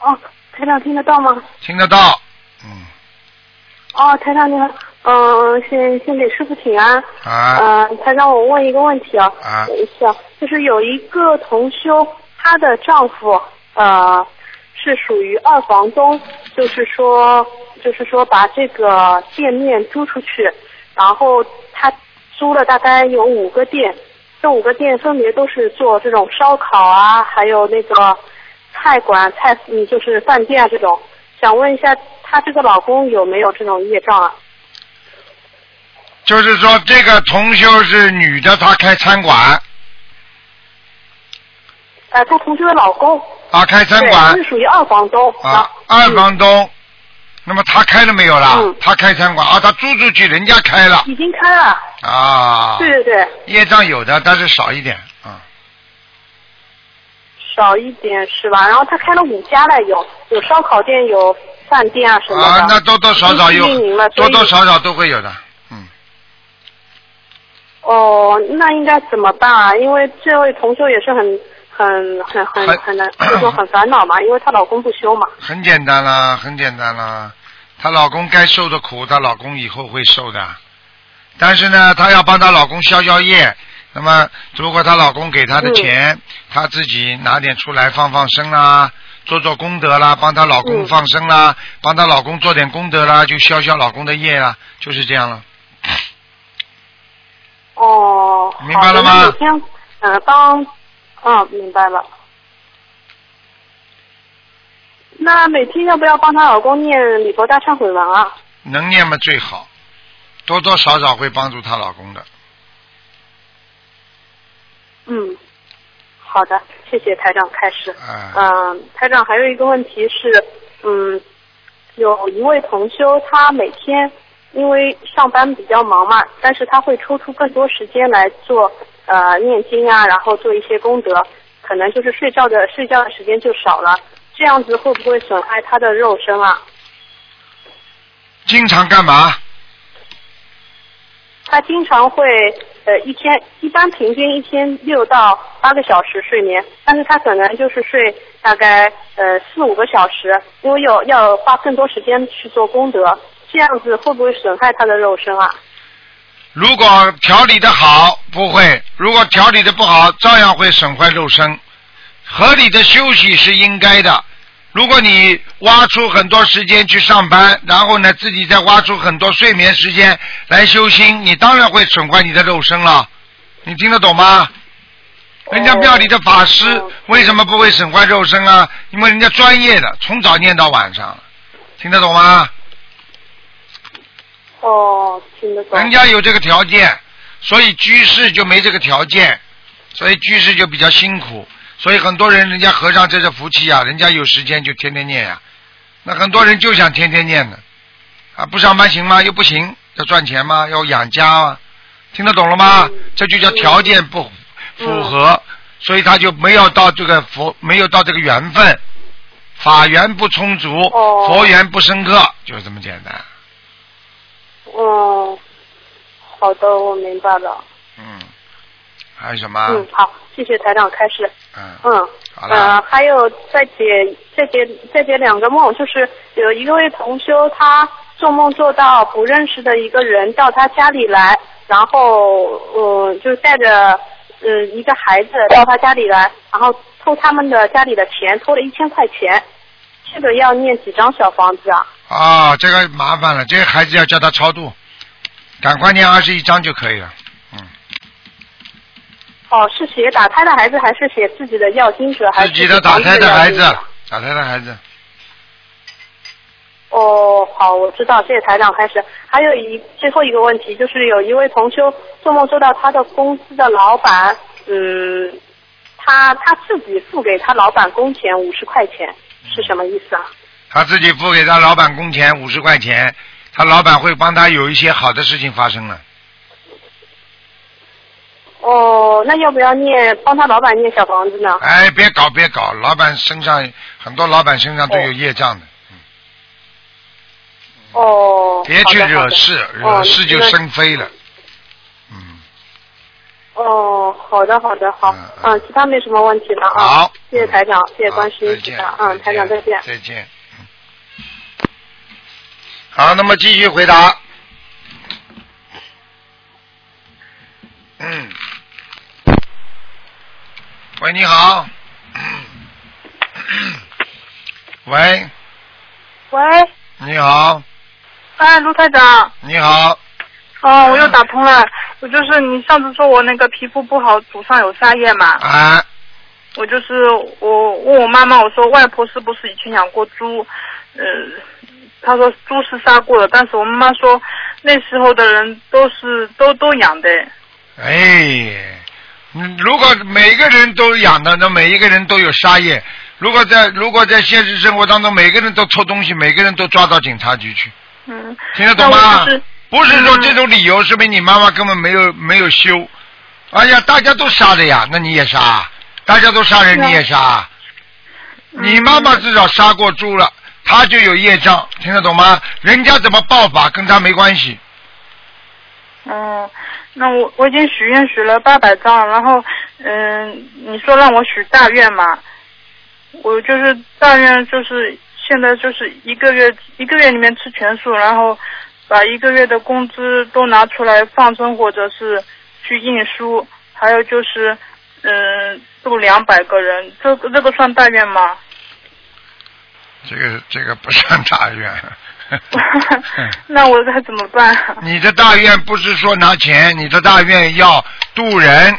[SPEAKER 5] 哦，台长听得到吗？
[SPEAKER 2] 听得到，嗯，
[SPEAKER 5] 哦，台长你好，嗯、先先给师傅请安。
[SPEAKER 2] 啊
[SPEAKER 4] 呃
[SPEAKER 5] 嗯、台长，我问一个问题啊，
[SPEAKER 2] 啊
[SPEAKER 5] 等一下，就是有一个同修，她的丈夫呃是属于二房东，就是说就是说把这个店面租出去，然后他租了大概有五个店，这五个店分别都是做这种烧烤啊，还有那个菜馆、菜嗯就是饭店啊这种。想问一下，她这个老公有没有这种业障啊？
[SPEAKER 2] 就是说这个同修是女的，她开餐馆，
[SPEAKER 5] 呃，她同修的老公
[SPEAKER 2] 啊，开餐
[SPEAKER 5] 对，
[SPEAKER 2] 馆
[SPEAKER 5] 是，属于二房东
[SPEAKER 2] 啊，二房东，那么他开了没有啦
[SPEAKER 5] 嗯？
[SPEAKER 2] 他开餐馆啊，他租出去，人家开了
[SPEAKER 5] 已经开了，
[SPEAKER 2] 啊。
[SPEAKER 5] 对对对，
[SPEAKER 2] 业障有的，但是少一点啊。
[SPEAKER 5] 少一点是吧？然后他开了五家了，有有烧烤店，有饭店啊什么的。嗯
[SPEAKER 2] 啊，那多多少少有
[SPEAKER 5] 已经运营了，
[SPEAKER 2] 多
[SPEAKER 5] 所以
[SPEAKER 2] 多少少都会有的。嗯，
[SPEAKER 5] 哦，那应该怎么办啊？因为这位同修也是很很很很
[SPEAKER 2] 很
[SPEAKER 5] 很难，就是说很烦恼嘛，因为她老公不修嘛。
[SPEAKER 2] 很简单啦，很简单啦。她老公该受的苦，她老公以后会受的。但是呢，她要帮她老公消消业。那么，如果她老公给她的钱，她、自己拿点出来放放生啦，做做功德啦，帮她老公
[SPEAKER 5] 嗯
[SPEAKER 2] 放生啦，帮她老公做点功德啦，就消消老公的业啦，就是这样了。
[SPEAKER 5] 哦，
[SPEAKER 2] 明白了吗
[SPEAKER 5] 好的那每天呃帮，嗯，明白了。那每天要不要帮她老公念礼佛大忏悔文啊？
[SPEAKER 2] 能念嘛最好，多多少少会帮助她老公的。
[SPEAKER 5] 嗯，好的，谢谢台长开始。
[SPEAKER 2] 啊、
[SPEAKER 5] 嗯，台长还有一个问题是，嗯，有一位同修，他每天因为上班比较忙嘛，但是他会抽出更多时间来做呃念经啊，然后做一些功德，可能就是睡觉的睡觉的时间就少了，这样子会不会损害他的肉身啊？
[SPEAKER 2] 经常干嘛？
[SPEAKER 5] 他经常会呃一天一般平均一天六到八个小时睡眠，但是他可能就是睡大概呃四五个小时，因为有要花更多时间去做功德，这样子会不会损害他的肉身啊？
[SPEAKER 2] 如果调理的好，不会；如果调理的不好，照样会损坏肉身。合理的休息是应该的。如果你挖出很多时间去上班，然后呢自己再挖出很多睡眠时间来修心，你当然会损坏你的肉身了。你听得懂吗？人家庙里的法师
[SPEAKER 5] 哦
[SPEAKER 2] 为什么不会损坏肉身啊？因为人家专业的，从早念到晚上，听得懂吗？
[SPEAKER 5] 哦，听得懂。
[SPEAKER 2] 人家有这个条件，所以居士就没这个条件，所以居士就比较辛苦。所以很多人，人家和尚这是福气啊，人家有时间就天天念呀、那很多人就想天天念的，啊，不上班行吗？又不行，要赚钱吗？要养家啊，听得懂了吗？
[SPEAKER 5] 嗯
[SPEAKER 2] 这就叫条件不符
[SPEAKER 5] 嗯
[SPEAKER 2] 合，所以他就没有到这个佛，没有到这个缘分，法缘不充足，
[SPEAKER 5] 哦
[SPEAKER 2] 佛缘不深刻，就是这么简单。
[SPEAKER 5] 嗯，好的，我明白了。
[SPEAKER 2] 嗯，还有什么？
[SPEAKER 5] 嗯，好，谢谢台长开始。
[SPEAKER 2] 嗯
[SPEAKER 5] 嗯。
[SPEAKER 2] 好
[SPEAKER 5] 呃
[SPEAKER 2] 了，，
[SPEAKER 5] 还有再解再解再解两个梦，就是有一位同修，他做梦做到不认识的一个人到他家里来，然后呃就带着呃一个孩子到他家里来，然后偷他们的家里的钱，偷了一千块钱，这个要念几张小房子啊？
[SPEAKER 2] 啊，这个麻烦了，这个孩子要叫他超度，赶快念二十一章就可以了。
[SPEAKER 5] 哦，是写打胎的孩子，还是写自己的要经者，还
[SPEAKER 2] 自
[SPEAKER 5] 是
[SPEAKER 2] 己的打胎的孩子
[SPEAKER 5] 小房要经者，
[SPEAKER 2] 打胎的孩子，
[SPEAKER 5] 哦，好，我知道，谢谢台长开始。还有一最后一个问题，就是有一位同修做梦做到他的公司的老板，嗯，他他自己付给他老板工钱五十块钱，是什么意思啊？
[SPEAKER 2] 他自己付给他老板工钱五十块钱，他老板会帮他有一些好的事情发生了。
[SPEAKER 5] 哦，那要不要念帮他老板念小房子呢？
[SPEAKER 2] 哎，别搞别搞，老板身上很多老板身上都有业障的。
[SPEAKER 5] 哦，
[SPEAKER 2] 别去
[SPEAKER 5] 好的哦
[SPEAKER 2] 惹事，
[SPEAKER 5] 好的
[SPEAKER 2] 惹事就生非了。嗯，
[SPEAKER 5] 哦，好的好的好
[SPEAKER 2] 嗯，嗯
[SPEAKER 5] 嗯，其他没什么问题了啊。
[SPEAKER 2] 好，
[SPEAKER 5] 谢谢台长，谢谢
[SPEAKER 2] 好
[SPEAKER 5] 观世
[SPEAKER 2] 再
[SPEAKER 5] 音菩
[SPEAKER 2] 见
[SPEAKER 5] 萨，嗯，台长再见。
[SPEAKER 2] 再见。嗯好，那么继续回答。嗯。喂，你好。 <coughs> 喂，
[SPEAKER 6] 喂，
[SPEAKER 2] 你好，
[SPEAKER 6] 哎，卢台长，
[SPEAKER 2] 你好，
[SPEAKER 6] 哦，我又打通了。我就是你上次说我那个皮肤不好，祖上有沙叶嘛，
[SPEAKER 2] 啊，
[SPEAKER 6] 我就是我问我妈妈，我说外婆是不是以前养过猪？呃，她说猪是杀过的，但是我妈妈说那时候的人都是都都养的。
[SPEAKER 2] 哎，嗯如果每个人都养的，那每一个人都有沙叶。如果在如果在现实生活当中，每个人都偷东西，每个人都抓到警察局去，
[SPEAKER 6] 嗯，
[SPEAKER 2] 听得懂吗
[SPEAKER 6] 那我就是？
[SPEAKER 2] 不是说
[SPEAKER 6] 嗯
[SPEAKER 2] 这种理由说明你妈妈根本没有没有修。哎呀，大家都杀的呀，那你也杀，大家都杀人
[SPEAKER 6] 是啊
[SPEAKER 2] 你也杀，
[SPEAKER 6] 嗯
[SPEAKER 2] 你妈妈至少杀过猪了，她就有业障，听得懂吗？人家怎么报法跟她没关系。
[SPEAKER 6] 哦，那我我已经许愿许了八百张，然后嗯、你说让我许大愿嘛，我就是大愿就是现在就是一个月一个月里面吃全素，然后把一个月的工资都拿出来放生或者是去印书，还有就是嗯、度两百个人，这个这个算大愿吗？
[SPEAKER 2] 这个这个不算大 <laughs> 愿。
[SPEAKER 6] 那我该怎么办？啊
[SPEAKER 2] <laughs> 你的大愿不是说拿钱，你的大愿要渡人，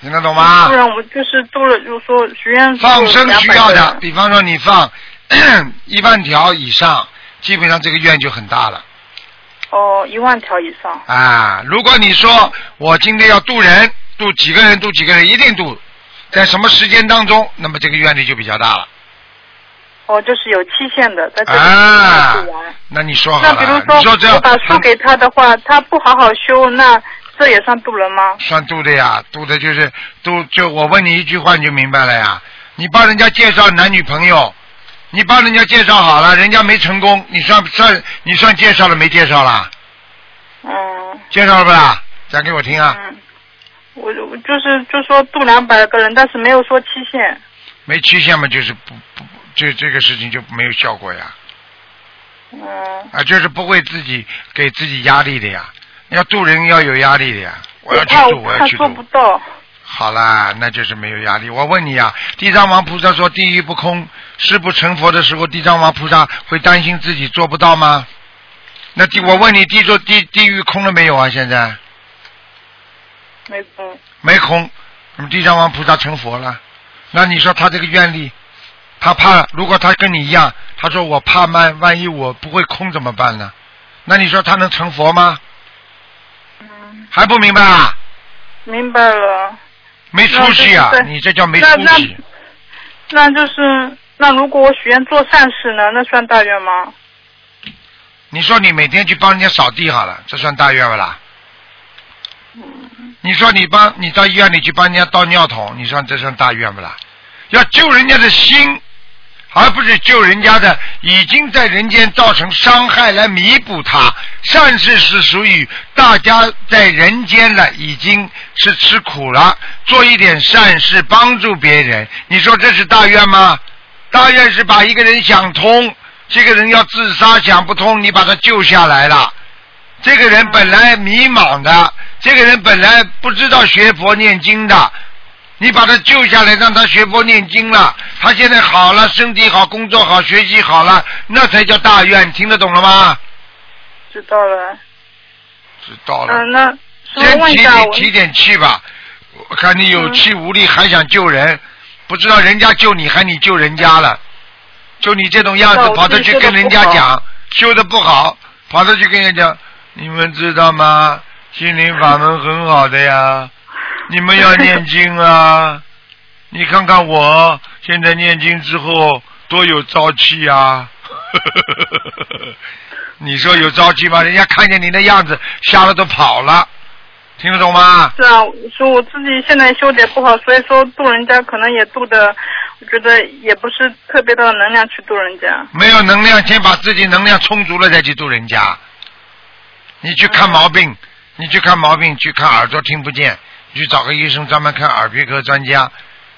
[SPEAKER 2] 听得懂吗
[SPEAKER 6] 不？然我就是度了，就说许愿树
[SPEAKER 2] 放生需要
[SPEAKER 6] 200
[SPEAKER 2] 的
[SPEAKER 6] 个，人
[SPEAKER 2] 比方说你放 <coughs> 一万条以上，基本上这个愿就很大了
[SPEAKER 6] 哦，一万条以上。
[SPEAKER 2] 啊。如果你说我今天要渡人，渡几个人，渡几个人，一定渡，在什么时间当中，那么这个愿力就比较大了
[SPEAKER 6] 哦，就是有期限的，在这里
[SPEAKER 2] 啊
[SPEAKER 6] 不完。。
[SPEAKER 2] 那你说好
[SPEAKER 6] 那
[SPEAKER 2] 了，
[SPEAKER 6] 比如
[SPEAKER 2] 你说这样
[SPEAKER 6] 说，我把书给他的话，他不好好修，那这也算渡人吗？
[SPEAKER 2] 算度的呀，度的就是度就我问你一句话你就明白了呀。你帮人家介绍男女朋友，你帮人家介绍好了，人家没成功，你算算你算介绍了没介绍啦？
[SPEAKER 6] 嗯
[SPEAKER 2] 介绍了不啦？讲给我听啊，
[SPEAKER 6] 嗯，我我就是就说渡两百个人，但是没有说期限。
[SPEAKER 2] 没期限嘛，就是不不这这个事情就没有效果呀，
[SPEAKER 6] 嗯
[SPEAKER 2] 啊，就是不会自己给自己压力的呀。要度人要有压力的呀，我要去
[SPEAKER 6] 怕
[SPEAKER 2] 度，我
[SPEAKER 6] 怕
[SPEAKER 2] 要去
[SPEAKER 6] 做不
[SPEAKER 2] 度。
[SPEAKER 6] 到。
[SPEAKER 2] 好啦，那就是没有压力。我问你啊，地藏王菩萨说地狱不空，誓不成佛的时候，地藏王菩萨会担心自己做不到吗？那
[SPEAKER 6] 嗯
[SPEAKER 2] 地，我问你，地座地地狱空了没有啊？现在
[SPEAKER 6] 没空。
[SPEAKER 2] 没空，那么地藏王菩萨成佛了。那你说他这个愿力，他怕，如果他跟你一样，他说我怕慢，万一我不会空怎么办呢？那你说他能成佛吗？
[SPEAKER 6] 嗯，
[SPEAKER 2] 还不明白啊？
[SPEAKER 6] 明白了。
[SPEAKER 2] 没出息啊
[SPEAKER 6] 那就是！对
[SPEAKER 2] 你这叫没出
[SPEAKER 6] 那那
[SPEAKER 2] 息。
[SPEAKER 6] 那就是那如果我许愿做善事呢，那算大愿吗？
[SPEAKER 2] 你说你每天去帮人家扫地好了，这算大愿不啦？你说你帮你到医院里去帮人家倒尿桶，你说这算大愿不啦？要救人家的心，而不是救人家的已经在人间造成伤害来弥补他。善事是属于大家在人间了，已经是吃苦了，做一点善事帮助别人，你说这是大愿吗？大愿是把一个人想通，这个人要自杀想不通，你把他救下来了。这个人本来迷茫的，这个人本来不知道学佛念经的，你把他救下来，让他学佛念经了，他现在好了，身体好，工作好，学习好了，那才叫大愿，听得懂了吗？
[SPEAKER 6] 知道了。
[SPEAKER 2] 知道
[SPEAKER 6] 嗯、
[SPEAKER 2] 了。啊
[SPEAKER 6] 那师
[SPEAKER 2] 先
[SPEAKER 6] 傅问一
[SPEAKER 2] 提
[SPEAKER 6] 下
[SPEAKER 2] 点
[SPEAKER 6] 我。
[SPEAKER 2] 提点气吧，我看你有
[SPEAKER 6] 嗯
[SPEAKER 2] 气无力，还想救人，不知道人家救你，还你救人家了，就你这种样
[SPEAKER 6] 那
[SPEAKER 2] 子，
[SPEAKER 6] 我
[SPEAKER 2] 跑
[SPEAKER 6] 自
[SPEAKER 2] 着
[SPEAKER 6] 己
[SPEAKER 2] 去
[SPEAKER 6] 修哦得
[SPEAKER 2] 跟人
[SPEAKER 6] 不
[SPEAKER 2] 家
[SPEAKER 6] 好
[SPEAKER 2] 讲修的不好，跑着去跟人家讲，你们知道吗？心灵法门很好的呀，你们要
[SPEAKER 6] <laughs>
[SPEAKER 2] 念经啊。你看看我现在念经之后多有朝气啊！ <laughs> 你说有朝气吗？人家看见你的样子，吓得都跑了，听得懂吗？
[SPEAKER 6] 是啊，是我自己现在修的不好，所以说渡人家可能也渡的我觉得也不是特别大的能量去度人家。
[SPEAKER 2] 没有能量，先把自己能量充足了再去度人家。你去看毛病，你去看毛病，去看耳朵听不见，你去找个医生专门看耳鼻科专家。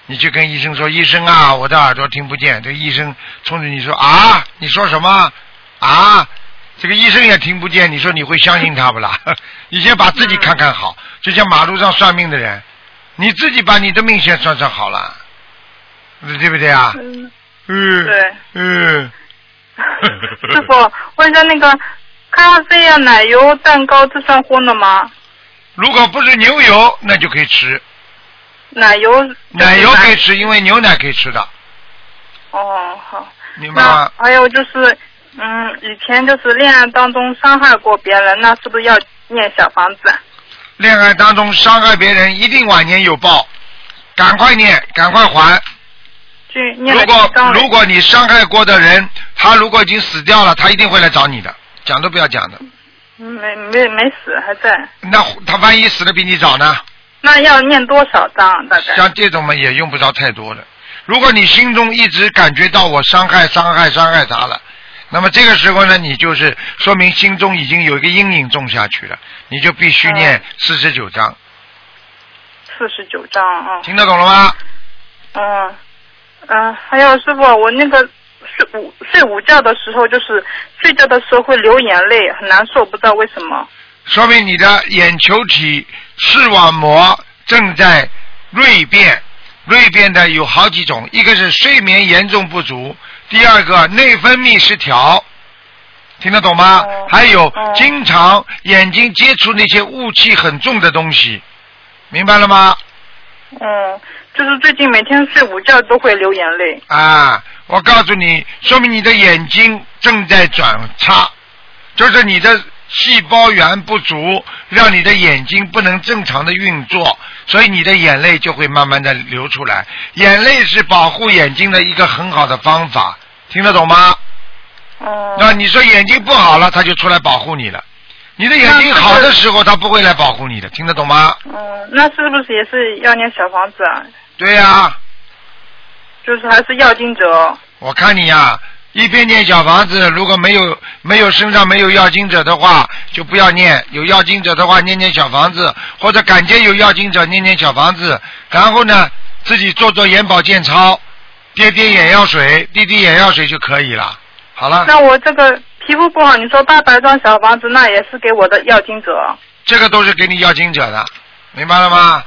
[SPEAKER 2] 你去跟医生说，医生啊，我的耳朵听不见。这个医生冲着你说啊，你说什么啊？这个医生也听不见，你说你会相信他不啦？ <laughs> 你先把自己看看好，就像马路上算命的人，你自己把你的命先算算好了，对不对啊？
[SPEAKER 6] 嗯，
[SPEAKER 2] 嗯，
[SPEAKER 6] 对， <laughs>
[SPEAKER 2] 嗯，
[SPEAKER 6] 师傅，问一下那个咖啡啊、奶油、蛋糕这算荤的吗？
[SPEAKER 2] 如果不是牛油，那就可以吃，
[SPEAKER 6] 奶油
[SPEAKER 2] 奶油可以
[SPEAKER 6] 以。
[SPEAKER 2] 吃，因为牛奶可以吃的，
[SPEAKER 6] 哦，好。
[SPEAKER 2] 明白
[SPEAKER 6] 那
[SPEAKER 2] 吗？
[SPEAKER 6] 还有就是，嗯，以前就是恋爱当中伤害过别人，那是不是要念小房子？
[SPEAKER 2] 恋爱当中伤害别人，一定晚年有报，赶快念，赶快还。
[SPEAKER 6] 去念
[SPEAKER 2] 如
[SPEAKER 6] 了
[SPEAKER 2] 果
[SPEAKER 6] 几张了
[SPEAKER 2] 如果你伤害过的人，他如果已经死掉了，他一定会来找你的，讲都不要讲的。
[SPEAKER 6] 嗯没没没死还在，
[SPEAKER 2] 那他万一死的比你早呢？
[SPEAKER 6] 那要念多少张大概？
[SPEAKER 2] 像这种嘛，也用不着太多的。如果你心中一直感觉到我伤害、伤害、伤害他了，那么这个时候呢，你就是说明心中已经有一个阴影种下去了，你就必须念四十九章，
[SPEAKER 6] 四十九张啊。
[SPEAKER 2] 听得懂了吗？
[SPEAKER 6] 嗯嗯，还有师傅，我那个睡午睡午觉的时候，就是睡觉的时候会流眼泪，很难受，不知道为什么。
[SPEAKER 2] 说明你的眼球体视网膜正在锐变，锐变的有好几种，一个是睡眠严重不足，第二个内分泌失调，听得懂吗？
[SPEAKER 6] 哦
[SPEAKER 2] 还有
[SPEAKER 6] 哦
[SPEAKER 2] 经常眼睛接触那些雾气很重的东西，明白了吗？
[SPEAKER 6] 嗯，就是最近每天睡午觉都会流眼泪。
[SPEAKER 2] 啊，我告诉你，说明你的眼睛正在转差，就是你的细胞源不足，让你的眼睛不能正常的运作，所以你的眼泪就会慢慢的流出来。眼泪是保护眼睛的一个很好的方法，听得懂吗？
[SPEAKER 6] 嗯。
[SPEAKER 2] 那你说眼睛不好了，它就出来保护你了。你的眼睛
[SPEAKER 6] 那这个
[SPEAKER 2] 好的时候，它不会来保护你的，听得懂吗？
[SPEAKER 6] 嗯，那是不是也是要念小房子啊？
[SPEAKER 2] 对呀、
[SPEAKER 6] 就是还是要经者？哦
[SPEAKER 2] 我看你呀、一边念小房子，如果没有没有身上没有要经者的话，就不要念；有要经者的话，念念小房子，或者感觉有要经者，念念小房子。然后呢，自己做做眼保健操，滴滴眼药水，滴滴眼药水就可以了。好了，
[SPEAKER 6] 那我这个皮肤不好，你说八百张小房子，那也是给我的要经者。哦
[SPEAKER 2] 这个都是给你要经者的，明白了吗？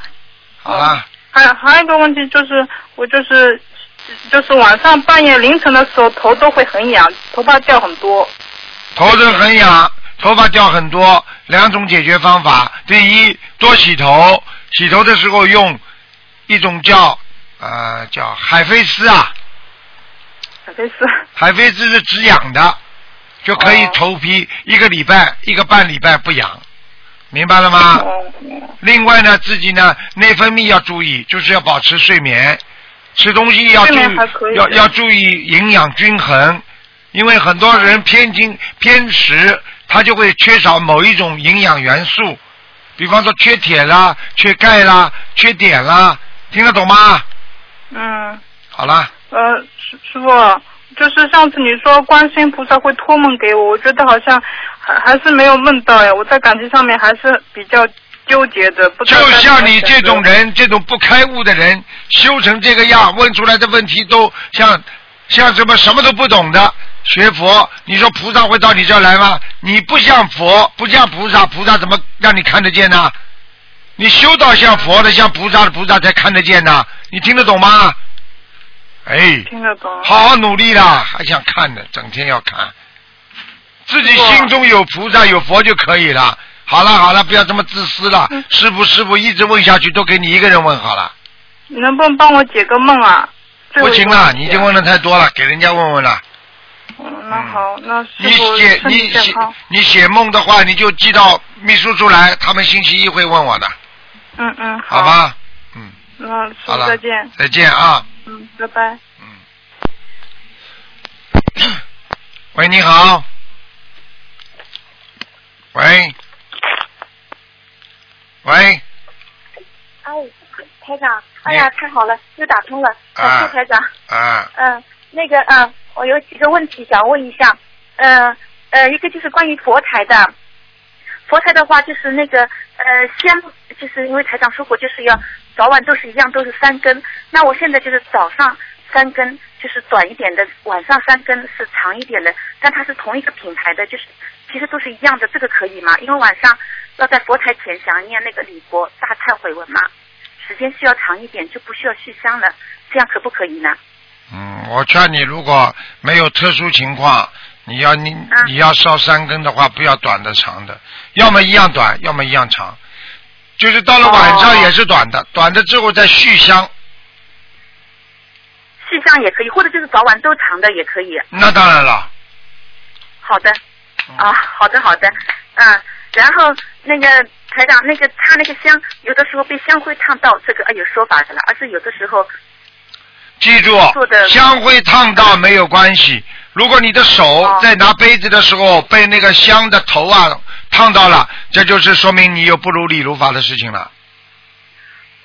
[SPEAKER 2] 好了，
[SPEAKER 6] 还有还有一个问题就是，我就是就是晚上半夜凌晨的时候，头都会很痒，头发掉很多。
[SPEAKER 2] 头疼很痒，头发掉很多，两种解决方法。第一，多洗头，洗头的时候用一种叫呃叫海飞丝啊，
[SPEAKER 6] 这是
[SPEAKER 2] 海飞丝是止痒的，就可以
[SPEAKER 6] 哦
[SPEAKER 2] 头皮一个礼拜、一个半礼拜不痒，明白了吗？
[SPEAKER 6] 哦，
[SPEAKER 2] 另外呢，自己呢内分泌要注意，就是要保持睡眠，吃东西要注
[SPEAKER 6] 睡眠还可
[SPEAKER 2] 意，
[SPEAKER 6] 以
[SPEAKER 2] 要要注意营养均衡，因为很多人偏精偏食，他就会缺少某一种营养元素，比方说缺铁啦、缺钙啦、缺碘啦，听得懂吗？
[SPEAKER 6] 嗯
[SPEAKER 2] 好了，
[SPEAKER 6] 呃，师师傅，就是上次你说观世音菩萨会托梦给我，我觉得好像还还是没有梦到哎呀，我在感情上面还是比较纠结的，不知
[SPEAKER 2] 就
[SPEAKER 6] 道该怎么
[SPEAKER 2] 像你这种
[SPEAKER 6] 选择，
[SPEAKER 2] 人，这种不开悟的人，修成这个样，问出来的问题都像像什么什么都不懂的。学佛，你说菩萨会到你这儿来吗？你不像佛，不像菩萨，菩萨怎么让你看得见呢？你修到像佛的，像菩萨的，菩萨才看得见呢。你听得懂吗？哎，
[SPEAKER 6] 听得懂。
[SPEAKER 2] 好好努力啦，还想看呢，整天要看。自己心中有菩萨有佛就可以了。好了好了，不要这么自私了。师傅师傅一直问下去，都给你一个人问好了。
[SPEAKER 6] 你能不能帮我解个梦啊？最后
[SPEAKER 2] 不
[SPEAKER 6] 一个
[SPEAKER 2] 行了，
[SPEAKER 6] 问题
[SPEAKER 2] 你已经问的太多了，给人家问问了。
[SPEAKER 6] 嗯，那好，那师
[SPEAKER 2] 你
[SPEAKER 6] 傅
[SPEAKER 2] 写
[SPEAKER 6] 身体
[SPEAKER 2] 你
[SPEAKER 6] 健
[SPEAKER 2] 写
[SPEAKER 6] 康。
[SPEAKER 2] 你写梦的话，你就寄到秘书处来，他们星期一会问我的，
[SPEAKER 6] 嗯嗯，
[SPEAKER 2] 好。吧？嗯，
[SPEAKER 6] 那师
[SPEAKER 2] 好
[SPEAKER 6] 傅
[SPEAKER 2] 了，
[SPEAKER 6] 再见。
[SPEAKER 2] 再见啊。
[SPEAKER 6] 嗯，拜拜。
[SPEAKER 2] 喂，你好。喂。喂。
[SPEAKER 7] 啊，哎，台长，哎呀，太好了，又打通了，感
[SPEAKER 2] 啊
[SPEAKER 7] 谢台长。
[SPEAKER 2] 啊，
[SPEAKER 7] 嗯，那个啊，我有几个问题想问一下。嗯呃，一个就是关于佛台的，佛台的话就是那个呃香，就是因为台长说过，就是要早晚都是一样，都是三根。那我现在就是早上三根，就是短一点的；晚上三根是长一点的，但它是同一个品牌的，就是其实都是一样的。这个可以吗？因为晚上要在佛台前想念那个礼佛大忏悔文嘛，时间需要长一点，就不需要续香了，这样可不可以呢？
[SPEAKER 2] 嗯，我劝你如果没有特殊情况，你要你你要烧三根的话，不要短的长的，要么一样短，要么一样长，就是到了晚上也是短的，短的之后再续香，
[SPEAKER 7] 续香也可以，或者就是早晚都长的也可以。
[SPEAKER 2] 那当然了，
[SPEAKER 7] 好的，啊，好的好的，嗯，然后那个台长，那个他那个香，有的时候被香灰烫到，这个啊有说法的了，而是有的时候
[SPEAKER 2] 记住
[SPEAKER 7] 做的，
[SPEAKER 2] 香灰烫到没有关系。如果你的手在拿杯子的时候被那个香的头啊烫到了，这就是说明你有不如理如法的事情了。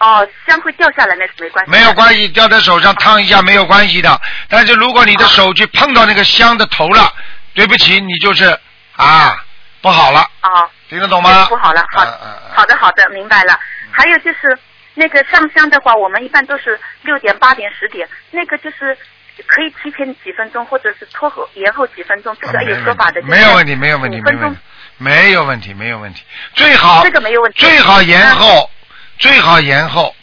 [SPEAKER 7] 哦香会掉下来那是没关系的，
[SPEAKER 2] 没有关系，掉在手上烫一下没有关系的。但是如果你的手去碰到那个香的头了，对不起，你就是啊不好了，
[SPEAKER 7] 哦，
[SPEAKER 2] 听得懂吗？
[SPEAKER 7] 不好了，好，
[SPEAKER 2] 嗯嗯嗯
[SPEAKER 7] 好的好的，明白了。还有就是那个上香的话，我们一般都是六点、八点、十点，那个就是。可以提前几分钟，或者是拖后延后几分钟，这个有说法的。
[SPEAKER 2] 啊没有问题，没有问题，
[SPEAKER 7] 五
[SPEAKER 2] 没有
[SPEAKER 7] 分
[SPEAKER 2] 问
[SPEAKER 7] 钟
[SPEAKER 2] 题，没有问题，没有问题。最好
[SPEAKER 7] 这个没有问题。啊
[SPEAKER 2] 最好延后，最好延后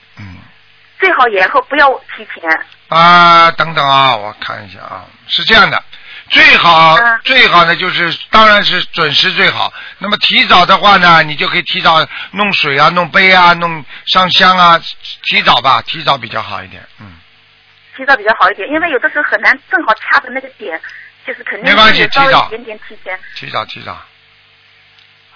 [SPEAKER 7] 最好延后，不要提前。
[SPEAKER 2] 啊！等等啊，我看一下啊，是这样的。最好、
[SPEAKER 7] 嗯
[SPEAKER 2] 最好呢，就是当然是准时最好。那么提早的话呢，你就可以提早弄水啊、弄杯啊、弄上香啊，提早吧，提早比较好一点。嗯，
[SPEAKER 7] 提早比较好一点，因为有的时候很难正好掐的那个点，就是肯定
[SPEAKER 2] 没关系
[SPEAKER 7] 是稍微
[SPEAKER 2] 提早
[SPEAKER 7] 一点点提前。
[SPEAKER 2] 提早提早。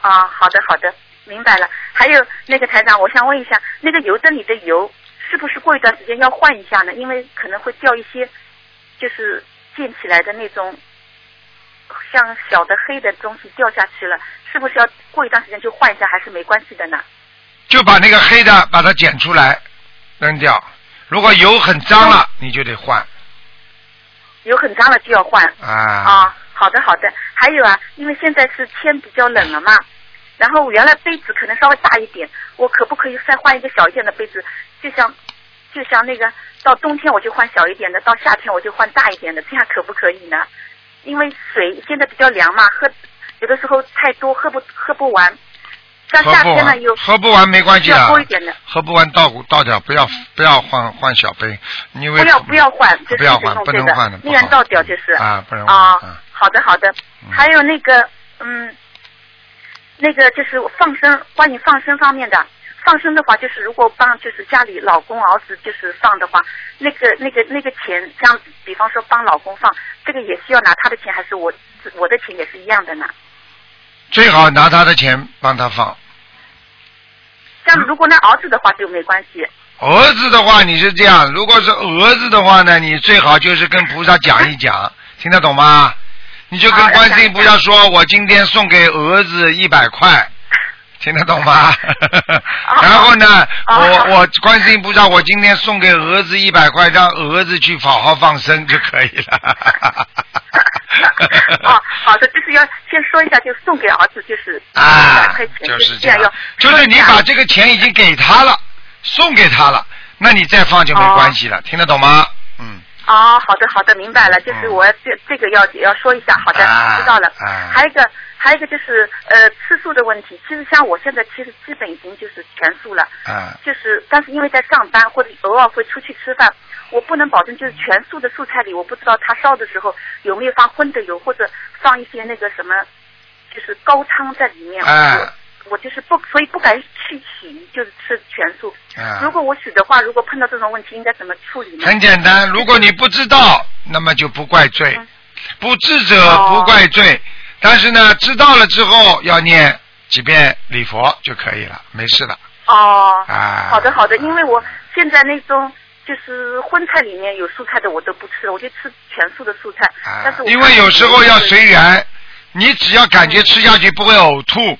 [SPEAKER 7] 啊，好的好的，明白了。还有那个台长，我想问一下，那个油灯里的油是不是过一段时间要换一下呢？因为可能会掉一些，就是溅起来的那种，像小的黑的东西掉下去了，是不是要过一段时间就换一下，还是没关系的呢？
[SPEAKER 2] 就把那个黑的把它剪出来扔掉。如果油很脏了，
[SPEAKER 7] 嗯
[SPEAKER 2] 你就得换
[SPEAKER 7] 油很脏了就要换。
[SPEAKER 2] 啊。
[SPEAKER 7] 啊，好的好的。还有啊，因为现在是天比较冷了嘛，然后原来杯子可能稍微大一点，我可不可以再换一个小一点的杯子？就像就像那个到冬天我就换小一点的，到夏天我就换大一点的，这样可不可以呢？因为水现在比较凉嘛，喝有的时候太多喝不喝不完，像
[SPEAKER 2] 喝
[SPEAKER 7] 夏
[SPEAKER 2] 不
[SPEAKER 7] 天呢
[SPEAKER 2] 完
[SPEAKER 7] 有，
[SPEAKER 2] 喝不完没关系
[SPEAKER 7] 需要
[SPEAKER 2] 的
[SPEAKER 7] 多一点的，
[SPEAKER 2] 喝不完倒倒掉，不要不要换换小杯，因为
[SPEAKER 7] 不要不要换，就是
[SPEAKER 2] 不要换
[SPEAKER 7] 弄
[SPEAKER 2] 不
[SPEAKER 7] 这
[SPEAKER 2] 能
[SPEAKER 7] 个
[SPEAKER 2] 换的不
[SPEAKER 7] 宁愿
[SPEAKER 2] 好
[SPEAKER 7] 倒掉就是。
[SPEAKER 2] 啊，不能换
[SPEAKER 7] 啊、
[SPEAKER 2] 啊
[SPEAKER 7] 好的好的，还有那个嗯，那个就是放生，关于放生方面的。放生的话，就是如果帮就是家里老公儿子就是放的话，那个那个那个钱，像比方说帮老公放，这个也需要拿他的钱，还是我自我的钱也是一样的呢？
[SPEAKER 2] 最好拿他的钱帮他放。嗯
[SPEAKER 7] 像如果那儿子的话就没关系，
[SPEAKER 2] 儿子的话你是这样，如果是儿子的话呢，你最好就是跟菩萨讲一讲，听得懂吗？你就跟
[SPEAKER 7] 好
[SPEAKER 2] 观世
[SPEAKER 7] 讲
[SPEAKER 2] 音
[SPEAKER 7] 一
[SPEAKER 2] 菩萨说，我今天送给儿子一百块，听得懂吗？ <laughs> 然后呢，
[SPEAKER 7] 哦
[SPEAKER 2] 我我观世音菩萨，我今天送给儿子一百块，让儿子去好好放生就可以了。
[SPEAKER 7] 哦，好的，就是要先说一下，就送给儿子就是100
[SPEAKER 2] 啊
[SPEAKER 7] 块钱，
[SPEAKER 2] 就是
[SPEAKER 7] 这
[SPEAKER 2] 这样
[SPEAKER 7] 要，
[SPEAKER 2] 就是你
[SPEAKER 7] 说一下
[SPEAKER 2] 把这个钱已经给他了，送给他了，那你再放就没
[SPEAKER 7] 哦
[SPEAKER 2] 关系了，听得懂吗？嗯。
[SPEAKER 7] 哦，好的好的，明白了，就是我这这个要要说一下，好的，
[SPEAKER 2] 啊
[SPEAKER 7] 知道了。
[SPEAKER 2] 啊
[SPEAKER 7] 还有一个还有一个就是呃吃素的问题，其实像我现在其实基本已经就是全素了，
[SPEAKER 2] 啊
[SPEAKER 7] 就是但是因为在上班或者偶尔会出去吃饭，我不能保证就是全素的素菜里，我不知道它烧的时候有没有放荤的油或者放一些那个什么，就是高汤在里面。
[SPEAKER 2] 哎
[SPEAKER 7] 我我就是不，所以不敢去洗，就是吃全素。
[SPEAKER 2] 啊
[SPEAKER 7] 如果我洗的话，如果碰到这种问题，应该怎么处理呢？
[SPEAKER 2] 很简单，如果你不知道，那么就不怪罪，不知者
[SPEAKER 7] 嗯哦
[SPEAKER 2] 不怪罪。但是呢，知道了之后要念几遍礼佛就可以了，没事了
[SPEAKER 7] 哦，
[SPEAKER 2] 啊。
[SPEAKER 7] 好的好的，因为我现在那种就是荤菜里面有素菜的我都不吃了，我就吃全素的素菜。
[SPEAKER 2] 啊
[SPEAKER 7] 但是，我
[SPEAKER 2] 因为有时候要随
[SPEAKER 7] 看
[SPEAKER 2] 缘，你只要感觉吃下去不会
[SPEAKER 7] 嗯
[SPEAKER 2] 呕吐，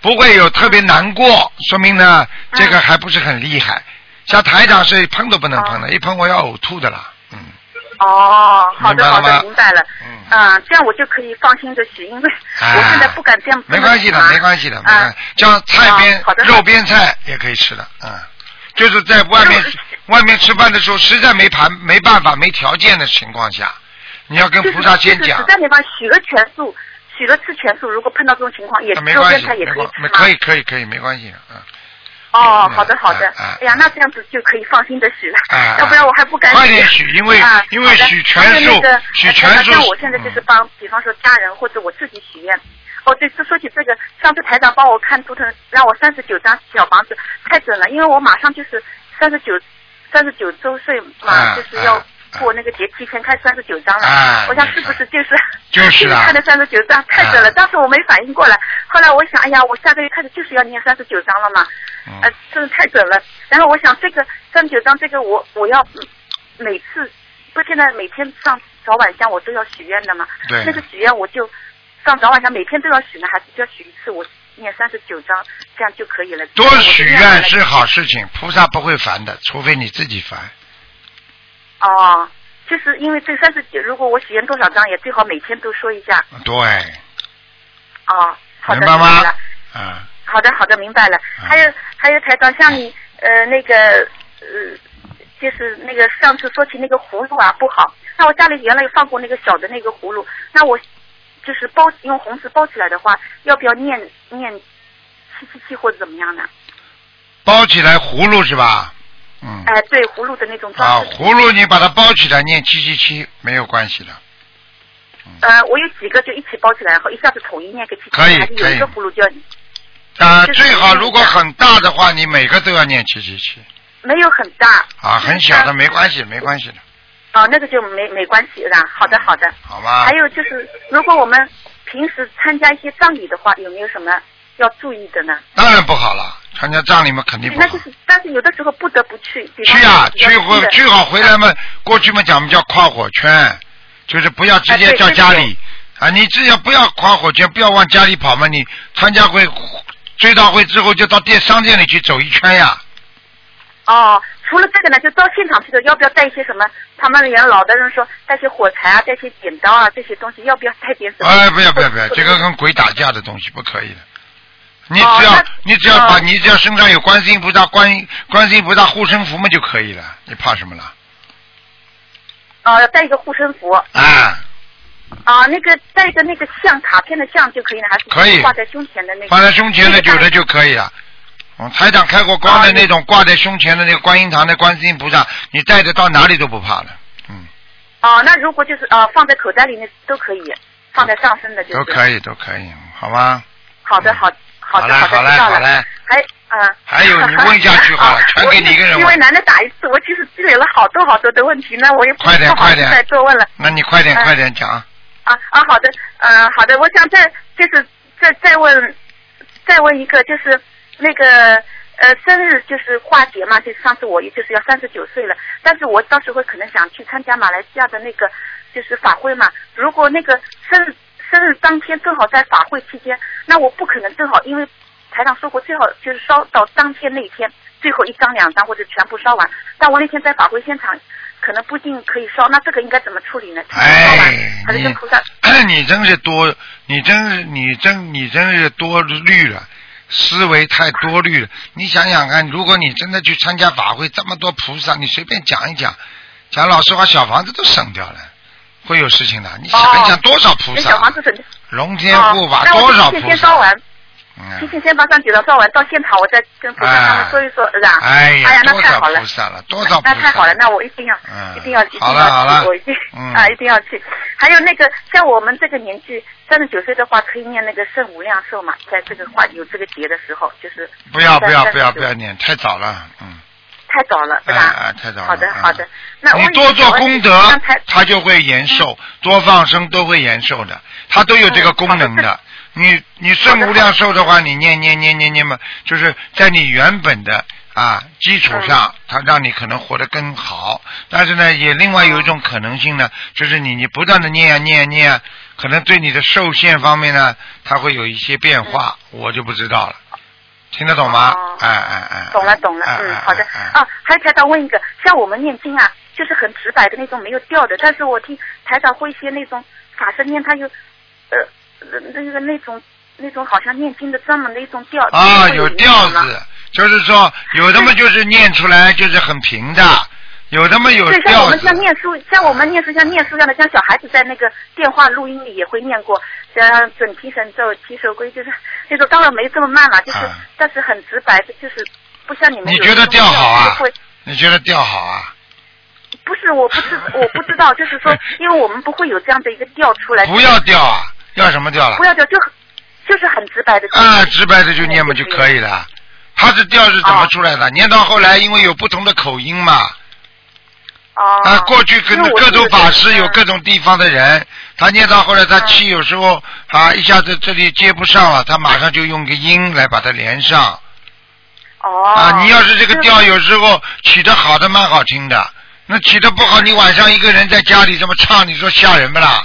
[SPEAKER 2] 不会有特别难过，说明呢这个还不是很厉害。像台长是碰都不能碰的，一碰我要呕吐的啦。嗯，
[SPEAKER 7] 哦，好
[SPEAKER 2] 明
[SPEAKER 7] 的
[SPEAKER 2] 白了
[SPEAKER 7] 好
[SPEAKER 2] 吗
[SPEAKER 7] 的，明白了。
[SPEAKER 2] 嗯
[SPEAKER 7] 啊，这样我就可以放心的许，因为
[SPEAKER 2] 哎
[SPEAKER 7] 我现在不敢这样。
[SPEAKER 2] 没关系的，没关系的，没关
[SPEAKER 7] 啊
[SPEAKER 2] 系。像菜边
[SPEAKER 7] 啊好的
[SPEAKER 2] 肉边菜也可以吃的，嗯，就是在外面外面吃饭的时候，实在没盘没办法没条件的情况下，你要跟
[SPEAKER 7] 就是
[SPEAKER 2] 菩萨先
[SPEAKER 7] 就是
[SPEAKER 2] 讲
[SPEAKER 7] 实，在没办法，许了全素，许了次全素，如果碰到这种情况，也
[SPEAKER 2] 那啊没
[SPEAKER 7] 肉
[SPEAKER 2] 关
[SPEAKER 7] 边
[SPEAKER 2] 系，
[SPEAKER 7] 菜也
[SPEAKER 2] 没
[SPEAKER 7] 可以
[SPEAKER 2] 关
[SPEAKER 7] 吃
[SPEAKER 2] 没
[SPEAKER 7] 吗？
[SPEAKER 2] 可以可以可以没关系的，嗯。
[SPEAKER 7] 哦，
[SPEAKER 2] 嗯
[SPEAKER 7] 好的好的
[SPEAKER 2] 哎哎，
[SPEAKER 7] 哎呀，那这样子就可以放心的许了
[SPEAKER 2] 哎，
[SPEAKER 7] 要不然我还不敢
[SPEAKER 2] 快点许因为
[SPEAKER 7] 啊
[SPEAKER 2] 因为
[SPEAKER 7] 好的
[SPEAKER 2] 许全
[SPEAKER 7] 因为那
[SPEAKER 2] 素
[SPEAKER 7] 个
[SPEAKER 2] 许嗯
[SPEAKER 7] 呃
[SPEAKER 2] 全
[SPEAKER 7] 台长
[SPEAKER 2] 素
[SPEAKER 7] 像我现在就是帮，比方说家人或者我自己许愿。哦，对，这说起这个，上次台长帮我看图腾，让我三十九张小房子，太准了，因为我马上就是三十九，三十九周岁
[SPEAKER 2] 哎
[SPEAKER 7] 嘛，就是要
[SPEAKER 2] 哎哎
[SPEAKER 7] 过那个节，提前开三十九张了。
[SPEAKER 2] 哎
[SPEAKER 7] 我想是不是就是
[SPEAKER 2] 就是啊
[SPEAKER 7] 看的三十九张太准了，
[SPEAKER 2] 哎
[SPEAKER 7] 当时我没反应过来，后来我想，哎呀，我下个月开始就是要念三十九章了嘛，
[SPEAKER 2] 嗯
[SPEAKER 7] 呃，真的太准了。然后我想，这个三十九章，这个我我要嗯每次不现在每天上早晚香我都要许愿的嘛，
[SPEAKER 2] 对
[SPEAKER 7] 那个许愿我就上早晚香每天都要许呢，还是就要许一次，我念三十九章，这样就可以了。
[SPEAKER 2] 多许愿
[SPEAKER 7] 这
[SPEAKER 2] 是
[SPEAKER 7] 样
[SPEAKER 2] 好事情，菩萨不会烦的，除非你自己烦。
[SPEAKER 7] 我就念了哦。就是因为这三十九，如果我许愿多少张，也最好每天都说一下
[SPEAKER 2] 对，
[SPEAKER 7] 哦。好的，
[SPEAKER 2] 明白
[SPEAKER 7] 明白
[SPEAKER 2] 吗
[SPEAKER 7] 了？
[SPEAKER 2] 啊，
[SPEAKER 7] 好的，好的，明白了。
[SPEAKER 2] 嗯
[SPEAKER 7] 还有还有，台长，像你
[SPEAKER 2] 哎
[SPEAKER 7] 呃那个呃，就是那个上次说起那个葫芦啊不好，那我家里原来有放过那个小的那个葫芦，那我就是包用红纸包起来的话，要不要念念七七七或者怎么样呢？
[SPEAKER 2] 包起来葫芦是吧？嗯。
[SPEAKER 7] 哎、对，葫芦的那种
[SPEAKER 2] 啊
[SPEAKER 7] 装，饰。
[SPEAKER 2] 葫芦你把它包起来念七七七没有关系的，
[SPEAKER 7] 呃，我有几个就一起包起来，然后一下子统一念给七七七，
[SPEAKER 2] 可以
[SPEAKER 7] 还是有一个葫芦就要
[SPEAKER 2] 啊、
[SPEAKER 7] 就是
[SPEAKER 2] 最好
[SPEAKER 7] 念一
[SPEAKER 2] 如果
[SPEAKER 7] 下
[SPEAKER 2] 很大的话，你每个都要念七七七
[SPEAKER 7] 没有很大
[SPEAKER 2] 啊，很小的没
[SPEAKER 7] 系
[SPEAKER 2] 关系，没关系的，
[SPEAKER 7] 哦，那个就没没关系啦。好的，好的。
[SPEAKER 2] 好吗
[SPEAKER 7] 还？有就是，如果我们平时参加一些葬礼的话，有没有什么要注意的呢？
[SPEAKER 2] 当然不好了，参加葬礼嘛肯定不
[SPEAKER 7] 那
[SPEAKER 2] 好
[SPEAKER 7] 就。是，但是有的时候不得不去。比方
[SPEAKER 2] 去啊，
[SPEAKER 7] 说
[SPEAKER 2] 去
[SPEAKER 7] 比较近
[SPEAKER 2] 回
[SPEAKER 7] 的
[SPEAKER 2] 去好回来
[SPEAKER 7] 啊
[SPEAKER 2] 嘛，过去嘛讲我们叫跨火圈，就是不
[SPEAKER 7] 啊
[SPEAKER 2] 要直接叫家里啊，你只要不要跨火圈，不要往家里跑嘛，你参加会追悼会之后就到店商店里去走一圈呀，
[SPEAKER 7] 哦，除了这个呢，就到现场去的，要不要带一些什么？他们原来老的人说带些火柴啊，带些剪刀啊，这些东西要不要带点什么？
[SPEAKER 2] 哎，不要不要不要，
[SPEAKER 7] 或者
[SPEAKER 2] 这个跟鬼打架的东西不可以的。你
[SPEAKER 7] 哦
[SPEAKER 2] 只要、
[SPEAKER 7] 那
[SPEAKER 2] 你只要把、
[SPEAKER 7] 哦
[SPEAKER 2] 你只要身上有观世音菩萨、观观世音菩萨护身符嘛就可以了，你怕什么了？
[SPEAKER 7] 呃，带一个护身符啊、
[SPEAKER 2] 啊，
[SPEAKER 7] 那个带一个那个像卡片的像就可以了，还是
[SPEAKER 2] 可以
[SPEAKER 7] 挂在胸前的那个？
[SPEAKER 2] 放在胸前的
[SPEAKER 7] 那
[SPEAKER 2] 有
[SPEAKER 7] 个大啊
[SPEAKER 2] 的就可以了。嗯，台长开过光的那种挂在胸前的那个观音堂的观世音菩萨，你带着到哪里都不怕了，嗯，
[SPEAKER 7] 哦，那如果就是呃放在口袋里面都可以，放在上身的就是
[SPEAKER 2] 都可以都可以，好吗？
[SPEAKER 7] 好的，好，好的，
[SPEAKER 2] 好
[SPEAKER 7] 好
[SPEAKER 2] 嘞嗯好
[SPEAKER 7] 的，
[SPEAKER 2] 嘞
[SPEAKER 7] 知道
[SPEAKER 2] 好嘞
[SPEAKER 7] 了。还，嗯。
[SPEAKER 2] 还有你问下去好了
[SPEAKER 7] <laughs> 啊
[SPEAKER 2] 全给你一个人
[SPEAKER 7] 我因为难得打一次，我其实积累了好多好多的问题，那我也不
[SPEAKER 2] 快点
[SPEAKER 7] 不好
[SPEAKER 2] 快
[SPEAKER 7] 意
[SPEAKER 2] 点
[SPEAKER 7] 思再多问了。
[SPEAKER 2] 那你快点
[SPEAKER 7] 嗯
[SPEAKER 2] 快点讲，
[SPEAKER 7] 啊啊，好的，嗯，好的，我想再就是再再问再问一个，就是那个呃生日就是化节嘛，就是上次我也就是要三十九岁了，但是我到时候可能想去参加马来西亚的那个就是法会嘛，如果那个生日生日当天正好在法会期间，那我不可能正好因为。台上说过，最好就是烧到当天那一天，最后一张、两张或者全部烧完。但我那天在法会现场，可能不一定可以烧，那这个应该怎么处理呢？烧完
[SPEAKER 2] 哎，
[SPEAKER 7] 还是跟
[SPEAKER 2] 你
[SPEAKER 7] 菩萨
[SPEAKER 2] <clears throat>
[SPEAKER 7] 哦
[SPEAKER 2] 你真是多，你真是你真你真是多虑了，思维太多虑了。你想想看，如果你真的去参加法会，这么多菩萨，你随便讲一讲，讲老实话，小房子都省掉了，会有事情的。你想一想，
[SPEAKER 7] 哦
[SPEAKER 2] 多少菩
[SPEAKER 7] 跟
[SPEAKER 2] 萨
[SPEAKER 7] 小，房子准备
[SPEAKER 2] 龙天护法，
[SPEAKER 7] 那
[SPEAKER 2] 多
[SPEAKER 7] 我
[SPEAKER 2] 少
[SPEAKER 7] 提前
[SPEAKER 2] 菩
[SPEAKER 7] 先烧
[SPEAKER 2] 萨？
[SPEAKER 7] 完，提
[SPEAKER 2] 嗯，
[SPEAKER 7] 前先把上几张烧完，到现场我再跟菩萨他们说一说，是吧？
[SPEAKER 2] 哎
[SPEAKER 7] 哎呀，那
[SPEAKER 2] 多
[SPEAKER 7] 太
[SPEAKER 2] 少
[SPEAKER 7] 好了
[SPEAKER 2] 菩。萨了，多少菩萨？
[SPEAKER 7] 那太好了，那我一定要，
[SPEAKER 2] 嗯
[SPEAKER 7] 一定要，一定
[SPEAKER 2] 好
[SPEAKER 7] 要
[SPEAKER 2] 了好了
[SPEAKER 7] 去，我一定、
[SPEAKER 2] 嗯
[SPEAKER 7] 啊，一定要去。还有那个，像我们这个年纪，三十九岁的话，可以念那个圣无量寿嘛，在这个话有这个节的时候，就是
[SPEAKER 2] 不要不要
[SPEAKER 7] 在
[SPEAKER 2] 不要
[SPEAKER 7] 39
[SPEAKER 2] 不要念，太早了，嗯。
[SPEAKER 7] 太早了，是吧？
[SPEAKER 2] 哎哎太早了
[SPEAKER 7] 好的
[SPEAKER 2] 嗯
[SPEAKER 7] 好的，那
[SPEAKER 2] 你
[SPEAKER 7] 我
[SPEAKER 2] 多做功德
[SPEAKER 7] 刚才，嗯
[SPEAKER 2] 它就会延寿；多放生都会延寿的，它都有这个功能
[SPEAKER 7] 嗯
[SPEAKER 2] 的。你你圣无量寿的话，你念念念念念嘛，就是在你原本的啊基础
[SPEAKER 7] 嗯
[SPEAKER 2] 上，它让你可能活得更好。但是呢，也另外有一
[SPEAKER 7] 嗯
[SPEAKER 2] 种可能性呢，就是你你不断的念啊念啊念啊，可能对你的寿限方面呢，它会有一些变化，我就不知道了。听得懂吗
[SPEAKER 7] 嗯哦？
[SPEAKER 2] 哎哎哎，
[SPEAKER 7] 懂了懂了，
[SPEAKER 2] 哎
[SPEAKER 7] 嗯
[SPEAKER 2] 哎，
[SPEAKER 7] 好的
[SPEAKER 2] 哎哎
[SPEAKER 7] 啊。还有台长问一个，像我们念经啊，就是很直白的那种，没有调的。但是我听台长会一些那种法师念，他有呃呃那个那种那种好像念经的专门的一种调。
[SPEAKER 2] 啊，
[SPEAKER 7] 会
[SPEAKER 2] 有
[SPEAKER 7] 影
[SPEAKER 2] 调
[SPEAKER 7] 响吗。
[SPEAKER 2] 子，就是说有的嘛就是念出来就是很平的，有的嘛有
[SPEAKER 7] 对，像
[SPEAKER 2] 调
[SPEAKER 7] 我们
[SPEAKER 2] 子
[SPEAKER 7] 像。念书，像我们念书像念书一样的，像小孩子在那个电话录音里也会念过，像准提神咒、提手规，就是那种，当然没这么慢了，就是、
[SPEAKER 2] 啊
[SPEAKER 7] 但是很直白的，就是不像你们
[SPEAKER 2] 你
[SPEAKER 7] 有
[SPEAKER 2] 觉得
[SPEAKER 7] 那种
[SPEAKER 2] 调好啊
[SPEAKER 7] 会
[SPEAKER 2] 你觉得调好啊？
[SPEAKER 7] 不是，我不知我不知道，就
[SPEAKER 2] <laughs>
[SPEAKER 7] 是说，因为我们不会有这样的一个调出来，
[SPEAKER 2] 不要调啊，要什么调了
[SPEAKER 7] 不？要调，就很就是很直白的
[SPEAKER 2] 啊，直白的就念嘛就可
[SPEAKER 7] 以。
[SPEAKER 2] 以了。他这调是怎么出来的？念到后来，因为有不同的口音嘛，
[SPEAKER 7] 哦、
[SPEAKER 2] 啊，过去跟
[SPEAKER 7] 因为我
[SPEAKER 2] 各
[SPEAKER 7] 记得
[SPEAKER 2] 种法师有
[SPEAKER 7] 嗯
[SPEAKER 2] 各种地方的人，他念到后来，他气有时候啊一下子这里接不上了，他马上就用个音来把它连上。
[SPEAKER 7] 哦
[SPEAKER 2] 啊，你要是这个调
[SPEAKER 7] 就是
[SPEAKER 2] 有时候起的好的蛮好听的，那起的不好，
[SPEAKER 7] 嗯
[SPEAKER 2] 你晚上一个人在家里这么唱，你说吓人不
[SPEAKER 7] <laughs>
[SPEAKER 2] 啦？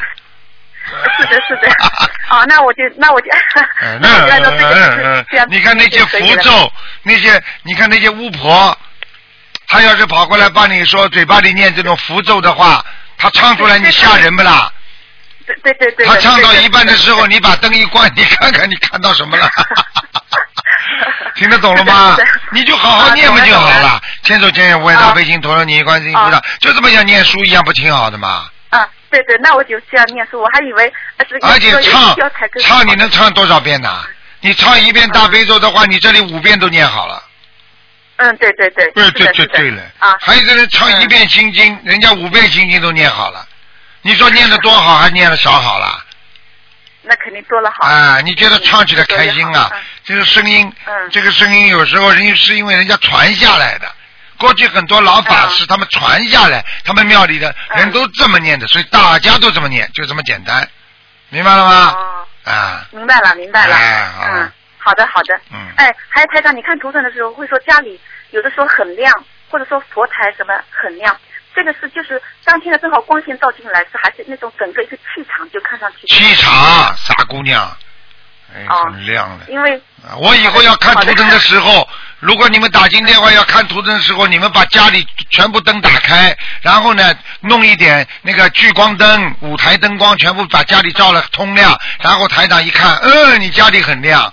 [SPEAKER 7] 是的，是
[SPEAKER 2] <laughs>
[SPEAKER 7] 的。哦，那我就那我就， <laughs>
[SPEAKER 2] 嗯
[SPEAKER 7] 那我就按照这个
[SPEAKER 2] 嗯
[SPEAKER 7] 就是
[SPEAKER 2] 嗯
[SPEAKER 7] 这样
[SPEAKER 2] 嗯，你看那些
[SPEAKER 7] 就可以
[SPEAKER 2] 符
[SPEAKER 7] 了
[SPEAKER 2] 咒，那些你看那些巫婆，她要是跑过来帮你说嘴巴里念这种符咒的话，她唱出来你吓人不啦？
[SPEAKER 7] 对对对对。
[SPEAKER 2] 她唱到
[SPEAKER 7] 对
[SPEAKER 2] 一半的时候，你把灯一关，你看看你看到什么了？ <laughs> 听得懂了
[SPEAKER 7] <laughs>
[SPEAKER 2] 吗
[SPEAKER 7] 是的是的？
[SPEAKER 2] 你就好好念不就好
[SPEAKER 7] 啊懂了懂
[SPEAKER 2] 了？千手千眼无碍大
[SPEAKER 7] 啊
[SPEAKER 2] 悲心，陀罗尼观世音菩萨
[SPEAKER 7] 啊，
[SPEAKER 2] 就这么像念书一样，不挺好的吗？
[SPEAKER 7] 啊，对对，那我就这样念书，我还以为呃是
[SPEAKER 2] 而且
[SPEAKER 7] 要有
[SPEAKER 2] 唱
[SPEAKER 7] 要才更好嗯
[SPEAKER 2] 唱你能唱多少遍呢？你唱一遍大悲咒的话，你这里五遍都念好了。
[SPEAKER 7] 嗯，对对对，
[SPEAKER 2] 对
[SPEAKER 7] 是
[SPEAKER 2] 对
[SPEAKER 7] 的
[SPEAKER 2] 对
[SPEAKER 7] 是的
[SPEAKER 2] 对了，
[SPEAKER 7] 啊，
[SPEAKER 2] 还有的人唱一遍心经，人家五遍心经都念好了，你说念的多好，还念的少好了？
[SPEAKER 7] 那肯定多了好，
[SPEAKER 2] 啊，你觉得唱起来开心啊
[SPEAKER 7] 嗯？
[SPEAKER 2] 这个声音，
[SPEAKER 7] 嗯
[SPEAKER 2] 这个声音有时候人是因为人家传下来的。过去很多老法师，他们传下来，他们庙里的人
[SPEAKER 7] 嗯
[SPEAKER 2] 都这么念的，所以大家都这么念，就这么简单，明白了吗？
[SPEAKER 7] 哦，
[SPEAKER 2] 啊，
[SPEAKER 7] 明白了明白了
[SPEAKER 2] 哎好，了
[SPEAKER 7] 嗯，好的好的，
[SPEAKER 2] 嗯
[SPEAKER 7] 哎，还有台长，你看图腾的时候会说家里有的时候很亮，或者说佛台什么很亮。这个是就是当天的正好光线照进来，是还是那种整个一个气场就看上去
[SPEAKER 2] 气场，傻姑娘，哎，
[SPEAKER 7] 哦
[SPEAKER 2] 很亮的。
[SPEAKER 7] 因为
[SPEAKER 2] 啊我以后要看图腾的时候，如果你们打进电话要看图腾的时候，你们把家里全部灯打开，然后呢，弄一点那个聚光灯、舞台灯光，全部把家里照了通亮。然后台长一看，嗯，你家里很
[SPEAKER 7] <laughs>
[SPEAKER 2] 亮，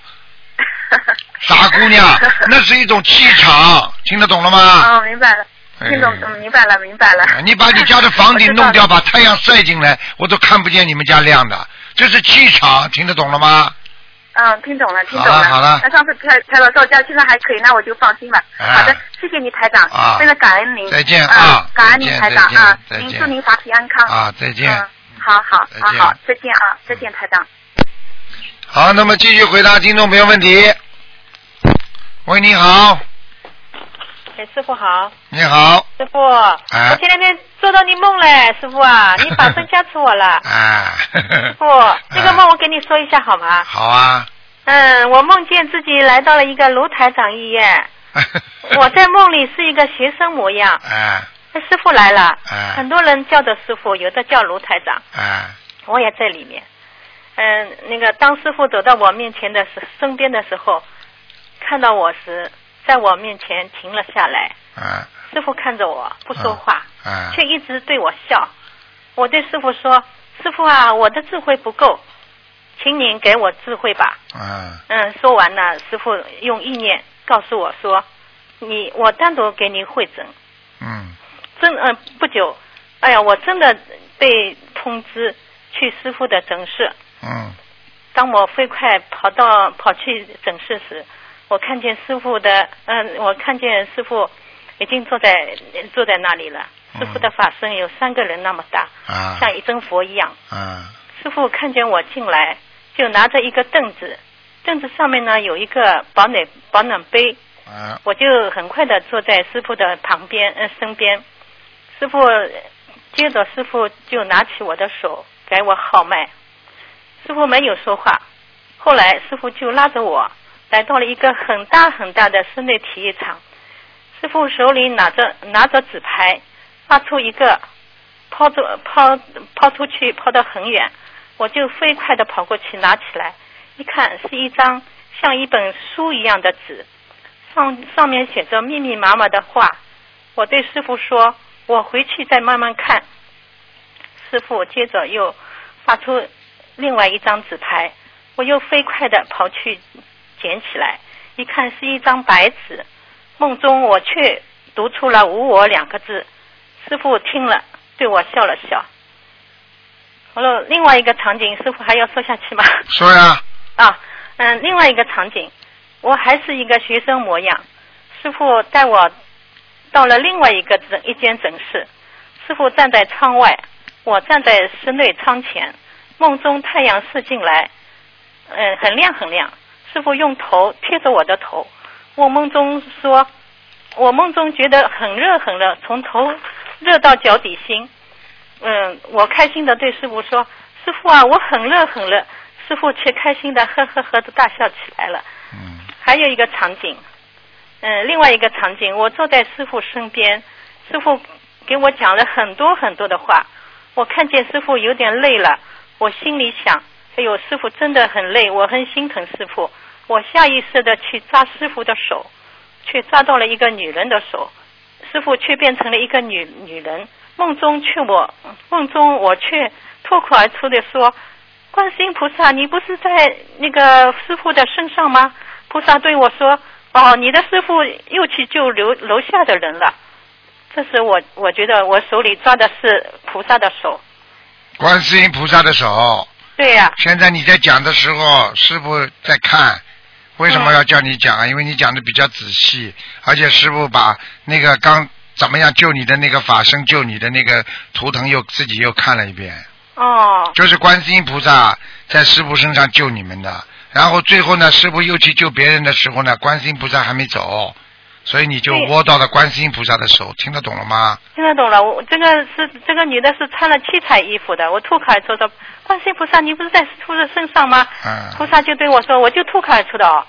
[SPEAKER 2] 傻姑娘，那是一种气场，听得懂了吗？
[SPEAKER 7] 哦，明白了，听懂，
[SPEAKER 2] 哎啊
[SPEAKER 7] 嗯，明白了，明白了。
[SPEAKER 2] 你把你家的房顶
[SPEAKER 7] 嗯 <laughs> 我知道
[SPEAKER 2] 弄
[SPEAKER 7] 了
[SPEAKER 2] 掉，把太阳晒进来，我都看不见你们家亮的，这是气场，听得懂了吗？
[SPEAKER 7] 嗯，听懂了，听懂
[SPEAKER 2] 好了好了
[SPEAKER 7] 那上次台台长说我家现在还可以，那我就放心了。
[SPEAKER 2] 哎
[SPEAKER 7] 好的，谢谢你台长
[SPEAKER 2] 啊，
[SPEAKER 7] 真的感恩您。
[SPEAKER 2] 再见啊
[SPEAKER 7] 啊，感恩您
[SPEAKER 2] 再见
[SPEAKER 7] 台长
[SPEAKER 2] 再见
[SPEAKER 7] 啊
[SPEAKER 2] 再，见
[SPEAKER 7] 您祝您法体安康。
[SPEAKER 2] 啊，再见。
[SPEAKER 7] 嗯，好好
[SPEAKER 2] 再
[SPEAKER 7] 好
[SPEAKER 2] 见
[SPEAKER 7] 好，再见啊，再见台长。
[SPEAKER 2] 好，那么继续回答听众朋友问题。喂，你好，
[SPEAKER 8] 哎，师傅好，
[SPEAKER 2] 你好，。
[SPEAKER 8] 师傅，我前两天做到你梦嘞，师傅啊，你法身加持我了
[SPEAKER 2] 哎，呵呵
[SPEAKER 8] 师傅，这个梦我跟你说一下好吗？
[SPEAKER 2] <laughs> 好啊。
[SPEAKER 8] 嗯，我梦见自己来到了一个卢台长医院，我在梦里是一个学生模样，
[SPEAKER 2] 哎
[SPEAKER 8] 哎师傅来了，
[SPEAKER 2] 哎
[SPEAKER 8] 很多人叫的师傅，有的叫卢台长，
[SPEAKER 2] 哎
[SPEAKER 8] 我也在里面。嗯，那个当师傅走到我面前的时，身边的时候，看到我时，在我面前停了下来。
[SPEAKER 2] 哎，
[SPEAKER 8] 师傅看着我不说话，
[SPEAKER 2] 哎
[SPEAKER 8] 却一直对我笑。我对师傅说：“师傅啊，我的智慧不够，请您给我智慧吧。
[SPEAKER 2] 嗯”
[SPEAKER 8] 嗯，说完呢，师傅用意念告诉我说：“你我单独给你会诊。
[SPEAKER 2] 嗯”
[SPEAKER 8] 真嗯、不久，哎呀，我真的被通知去师傅的诊室。
[SPEAKER 2] 嗯
[SPEAKER 8] 当我飞快跑到跑去诊室时，我看见师傅的，嗯，我看见师傅已经坐在坐在那里了。师傅的法身有三个人那么大，
[SPEAKER 2] 嗯啊
[SPEAKER 8] 像一尊佛一样。
[SPEAKER 2] 啊
[SPEAKER 8] 师傅看见我进来，就拿着一个凳子，凳子上面呢有一个保暖保暖杯，
[SPEAKER 2] 啊
[SPEAKER 8] 我就很快的坐在师傅的旁边，呃，身边。师傅接着师傅就拿起我的手给我号脉，师傅没有说话。后来师傅就拉着我来到了一个很大很大的室内体育场，师傅手里拿着拿着纸牌，发出一个抛出抛抛出去抛得很远，我就飞快的跑过去拿起来，一看是一张像一本书一样的纸，上上面写着密密麻麻的话。我对师傅说：“我回去再慢慢看。”师傅接着又发出另外一张纸牌，我又飞快的跑去捡起来，一看是一张白纸。梦中我却读出了“无我”两个字。师傅听了，对我笑了笑。好了，另外一个场景，师傅还要说下去吗？ <laughs>
[SPEAKER 2] 说呀，
[SPEAKER 8] 啊，嗯，另外一个场景，我还是一个学生模样。师傅带我到了另外一个诊一间诊室，师傅站在窗外，我站在室内窗前。梦中太阳射进来，嗯，很亮很亮。师傅用头贴着我的头，我梦中说，我梦中觉得很热很热，从头热到脚底心。嗯，我开心的对师傅说：“师傅啊，我很热很热。”师傅却开心的呵呵呵的大笑起来了。
[SPEAKER 2] 嗯，
[SPEAKER 8] 还有一个场景，嗯，另外一个场景，我坐在师傅身边，师傅给我讲了很多很多的话。我看见师傅有点累了，我心里想：哎呦，师傅真的很累，我很心疼师傅。我下意识的去抓师傅的手，却抓到了一个女人的手，师傅却变成了一个女女人。梦中却我梦中我却脱口而出的说：“观世音菩萨，你不是在那个师傅的身上吗？”菩萨对我说：“哦，你的师傅又去救楼楼下的人了。”这时我我觉得我手里抓的是菩萨的手。
[SPEAKER 2] 观世音菩萨的手。
[SPEAKER 8] 对呀、
[SPEAKER 2] 现在你在讲的时候，师傅在看。为什么要叫你
[SPEAKER 8] 嗯
[SPEAKER 2] 讲啊？因为你讲的比较仔细，而且师傅把那个刚怎么样救你的那个法身救你的那个图腾又自己又看了一遍。
[SPEAKER 8] 哦，
[SPEAKER 2] 就是观世音菩萨在师傅身上救你们的。然后最后呢，师傅又去救别人的时候呢，观世音菩萨还没走，所以你就
[SPEAKER 8] 对
[SPEAKER 2] 握到了观世音菩萨的手，听得懂了
[SPEAKER 8] <laughs>
[SPEAKER 2] 吗？
[SPEAKER 8] 听得懂了。我这个是这个女的是穿了七彩衣服的，我脱口而出的：“观世音菩萨，你不是在师傅的身上吗？”菩
[SPEAKER 2] 嗯，
[SPEAKER 8] 萨就对我说：“我就脱口而出
[SPEAKER 2] <laughs>
[SPEAKER 8] 的哦。”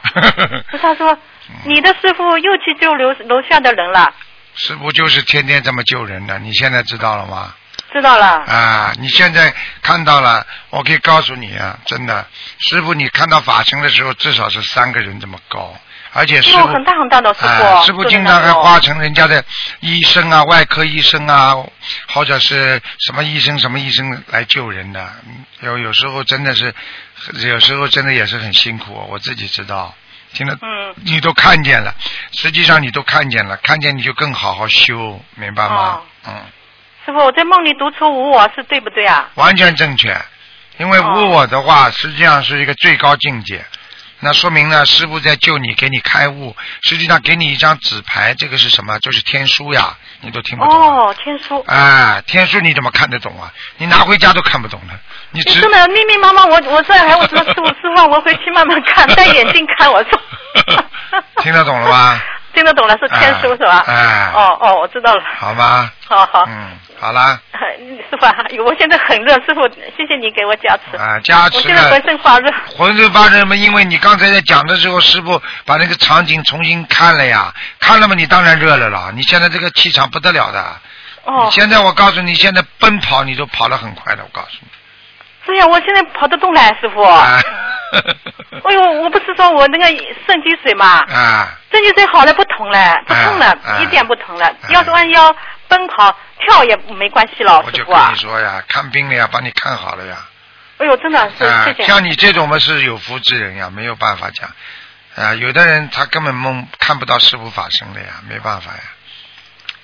[SPEAKER 8] 菩萨说：“
[SPEAKER 2] 嗯
[SPEAKER 8] 你的师傅又去救楼楼下的人了，
[SPEAKER 2] 师傅就是天天这么救人的，你现在知道了吗？
[SPEAKER 8] 知道了。
[SPEAKER 2] 啊，你现在看到了，我可以告诉你啊，真的，师傅，你看到法身的时候，至少是三个人这么高，而且师
[SPEAKER 8] 因为
[SPEAKER 2] 傅
[SPEAKER 8] 我很大很大的师哦傅
[SPEAKER 2] 啊，师傅
[SPEAKER 8] 做得
[SPEAKER 2] 经常
[SPEAKER 8] 很
[SPEAKER 2] 还
[SPEAKER 8] 好
[SPEAKER 2] 花成人家的医生啊、外科医生啊，或者是什么医生、什么医生来救人的。嗯有有时候真的是，有时候真的也是很辛苦，我自己知道。听了，
[SPEAKER 8] 嗯，
[SPEAKER 2] 你都看见了，实际上你都看见了，看见你就更好好修，明白吗？嗯。
[SPEAKER 8] 师傅，我在梦里读出无我是对不对啊？
[SPEAKER 2] 完全正确，因为无我的
[SPEAKER 8] 哦
[SPEAKER 2] 话，实际上是一个最高境界。那说明呢，师傅在救你，给你开悟，实际上给你一张纸牌，这个是什么？就是天书呀，你都听不懂啊。
[SPEAKER 8] 哦，天书。
[SPEAKER 2] 哎，天书你怎么看得懂啊？你拿回家都看不懂
[SPEAKER 8] <laughs>
[SPEAKER 2] 的，你
[SPEAKER 8] 你
[SPEAKER 2] 只。
[SPEAKER 8] 真的密密麻麻，我我这还我什么师傅师傅，我回去慢慢看，戴眼镜看，我说
[SPEAKER 2] 听得懂了吗？
[SPEAKER 8] 听得懂了，是天书是吧？
[SPEAKER 2] 哎
[SPEAKER 8] 哦哦，我知道了。
[SPEAKER 2] 好吗？
[SPEAKER 8] 好好，
[SPEAKER 2] 嗯，好啦，
[SPEAKER 8] <laughs> 师傅啊，我现在很热，师傅，谢谢你给我加持。
[SPEAKER 2] 啊，加
[SPEAKER 8] 我
[SPEAKER 2] 持
[SPEAKER 8] 现在浑
[SPEAKER 2] 了。
[SPEAKER 8] 身发热。
[SPEAKER 2] 浑身发热嘛，因为你刚才在讲的时候，师傅把那个场景重新看了呀，看了嘛，你当然热了啦。你现在这个气场不得了的，
[SPEAKER 8] 哦
[SPEAKER 2] 你，现在我告诉你，现在奔跑你都跑得很快了，我告诉你。
[SPEAKER 8] 对呀，我现在跑得动了，师傅。
[SPEAKER 2] 啊，
[SPEAKER 8] <laughs> 哎呦，我不是说我那个肾积水嘛，
[SPEAKER 2] 啊，
[SPEAKER 8] 肾积水好了不疼了，不痛了，
[SPEAKER 2] 哎哎
[SPEAKER 8] 一点不疼了。
[SPEAKER 2] 哎
[SPEAKER 8] 要是弯腰奔跑跳也没关系了，
[SPEAKER 2] 我
[SPEAKER 8] 师
[SPEAKER 2] 就
[SPEAKER 8] 傅
[SPEAKER 2] 跟
[SPEAKER 8] 啊
[SPEAKER 2] 你。说呀，看病了呀，帮你看好了呀。
[SPEAKER 8] 哎呦，真的是
[SPEAKER 2] 啊
[SPEAKER 8] 谢，谢。
[SPEAKER 2] 像你这种嘛是有福之人呀，没有办法讲。啊，有的人他根本梦看不到师傅法身的呀，没办法呀。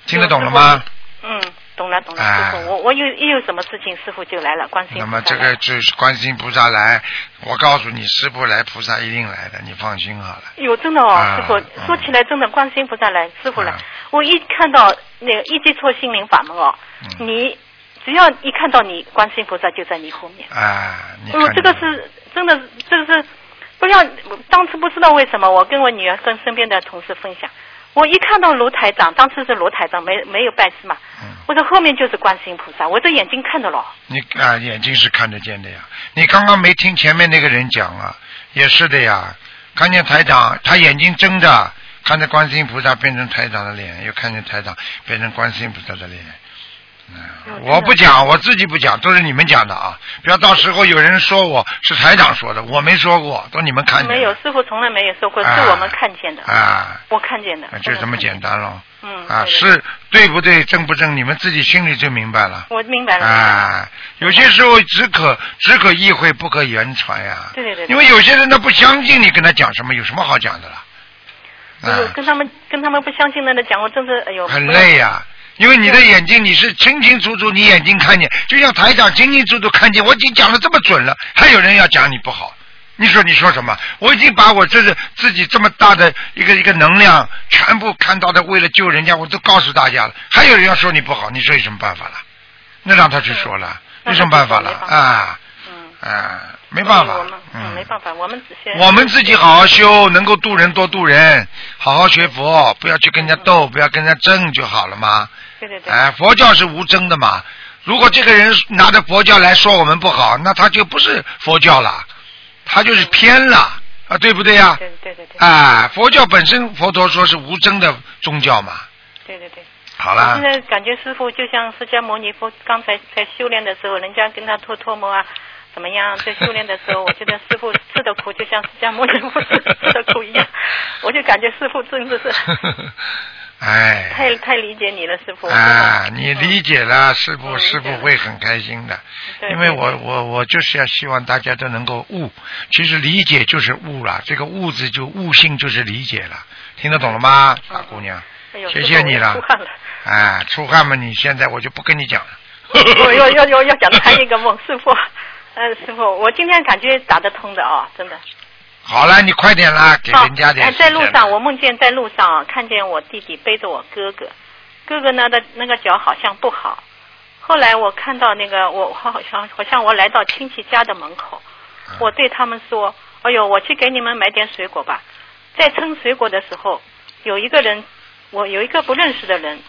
[SPEAKER 2] 听得懂了吗？
[SPEAKER 8] 嗯，懂了懂了，
[SPEAKER 2] 哎
[SPEAKER 8] 师傅，我我有一有什么事情，师傅就来了，关心。
[SPEAKER 2] 那么这个，就是观世音菩萨来，我告诉你，师傅来，菩萨一定来的，你放心好了。
[SPEAKER 8] 有真的哦，
[SPEAKER 2] 啊
[SPEAKER 8] 师傅、
[SPEAKER 2] 嗯
[SPEAKER 8] 说起来真的，观世音菩萨来，师傅来，
[SPEAKER 2] 啊
[SPEAKER 8] 我一看到那个一接触心灵法门哦，
[SPEAKER 2] 嗯
[SPEAKER 8] 你只要一看到你，观世音菩萨就在你后面。
[SPEAKER 2] 啊，你
[SPEAKER 8] 哎
[SPEAKER 2] 看
[SPEAKER 8] 呦
[SPEAKER 2] 你、，
[SPEAKER 8] 这个是真的，这个是不知道当初不知道为什么，我跟我女儿跟身边的同事分享，我一看到罗台长，当时是罗台长，没没有拜师嘛，
[SPEAKER 2] 嗯
[SPEAKER 8] 我说后面就是观世音菩萨，我这眼睛看到了。
[SPEAKER 2] 你啊，眼睛是看得见的呀。你刚刚没听前面那个人讲啊，也是的呀。看见台长，他眼睛睁着，看着观世音菩萨变成台长的脸，又看见台长变成观世音菩萨的脸。哎
[SPEAKER 8] 哎
[SPEAKER 2] 我不讲，我自己不讲，都是你们讲的啊！不要到时候有人说我是台长说的，我没说过，都你们看见
[SPEAKER 8] 没有，师傅从来没有说过，
[SPEAKER 2] 啊
[SPEAKER 8] 是我们看见的，
[SPEAKER 2] 啊，
[SPEAKER 8] 我看见的。
[SPEAKER 2] 就这么简单了。
[SPEAKER 8] 嗯，
[SPEAKER 2] 啊，
[SPEAKER 8] 对的
[SPEAKER 2] 是对不对，正不正，你们自己心里就明白了。
[SPEAKER 8] 我明白了。
[SPEAKER 2] 啊，有些时候只可只可意会，不可言传呀。
[SPEAKER 8] 对对对对
[SPEAKER 2] 因为有些人他不相信你跟他讲什么，有什么好讲的啦？
[SPEAKER 8] 哎呦
[SPEAKER 2] 啊，
[SPEAKER 8] 跟他们跟他们不相信的人讲，我真是哎呦。
[SPEAKER 2] 很
[SPEAKER 8] 不
[SPEAKER 2] 累呀、因为你的眼睛你是清清楚楚，你眼睛看见，就像台长清清楚楚看见，我已经讲的这么准了，还有人要讲你不好，你说你说什么？我已经把我这是自己这么大的一个一个能量全部看到的，为了救人家，我都告诉大家了，还有人要说你不好，你说有什么办法了？那让他去说了，
[SPEAKER 8] 嗯
[SPEAKER 2] 有什么办法了啊？啊，没办法
[SPEAKER 8] 我们，嗯，没办法，我们只 <laughs> 是
[SPEAKER 2] 我们自己好好修，能够度人多度人，好好学佛，不要去跟人家斗，不要跟人家争就好了嘛。
[SPEAKER 8] 对嗯对对，
[SPEAKER 2] 哎，佛教是无争的嘛。如果这个人拿着佛教来说我们不好，那他就不是佛教了，他就是偏了啊，对不对呀、
[SPEAKER 8] 对对对对
[SPEAKER 2] 啊？佛教本身佛陀说是无争的宗教嘛。
[SPEAKER 8] 对对对。
[SPEAKER 2] 好啦 <laughs> 哎
[SPEAKER 8] 现，在感觉师傅就像释迦牟尼佛刚才在修炼的时候，人家跟他吐唾沫啊，怎么样？在修炼的时候，我觉得师傅吃的苦就像释迦牟尼佛吃的苦一样，我就感觉师傅真的是
[SPEAKER 2] 哎。
[SPEAKER 8] 太太理解你了，师傅。
[SPEAKER 2] 啊，你理解了，师傅，
[SPEAKER 8] 嗯
[SPEAKER 2] 师
[SPEAKER 8] 理
[SPEAKER 2] 傅
[SPEAKER 8] 解了
[SPEAKER 2] 会很开心的，
[SPEAKER 8] 对
[SPEAKER 2] 因为
[SPEAKER 8] 对
[SPEAKER 2] 我我我就是要希望大家都能够悟，其实理解就是悟了，这个悟字就悟性就是理解了，听得懂了吗，傻姑娘？
[SPEAKER 8] 哎呦
[SPEAKER 2] 谢
[SPEAKER 8] 师傅
[SPEAKER 2] 谢你
[SPEAKER 8] 我
[SPEAKER 2] 了
[SPEAKER 8] 出汗了。
[SPEAKER 2] 哎，出汗嘛，你现在我就不跟你讲了。<laughs>
[SPEAKER 8] <laughs> 我要要要要讲还有一个梦，师傅，嗯，师傅，我今天感觉打得通的啊，真的。
[SPEAKER 2] 好了，你快点啦，给
[SPEAKER 8] 啊，
[SPEAKER 2] 人家点
[SPEAKER 8] 哎
[SPEAKER 2] 时间
[SPEAKER 8] 在路上，
[SPEAKER 2] 了
[SPEAKER 8] 我梦见在路上啊，看见我弟弟背着我哥哥，哥哥呢的那个脚好像不好。后来我看到那个我好像好像我来到亲戚家的门口，
[SPEAKER 2] 嗯
[SPEAKER 8] 我对他们说：“哎呦，我去给你们买点水果吧。”在称水果的时候，有一个人，我有一个不认识的人，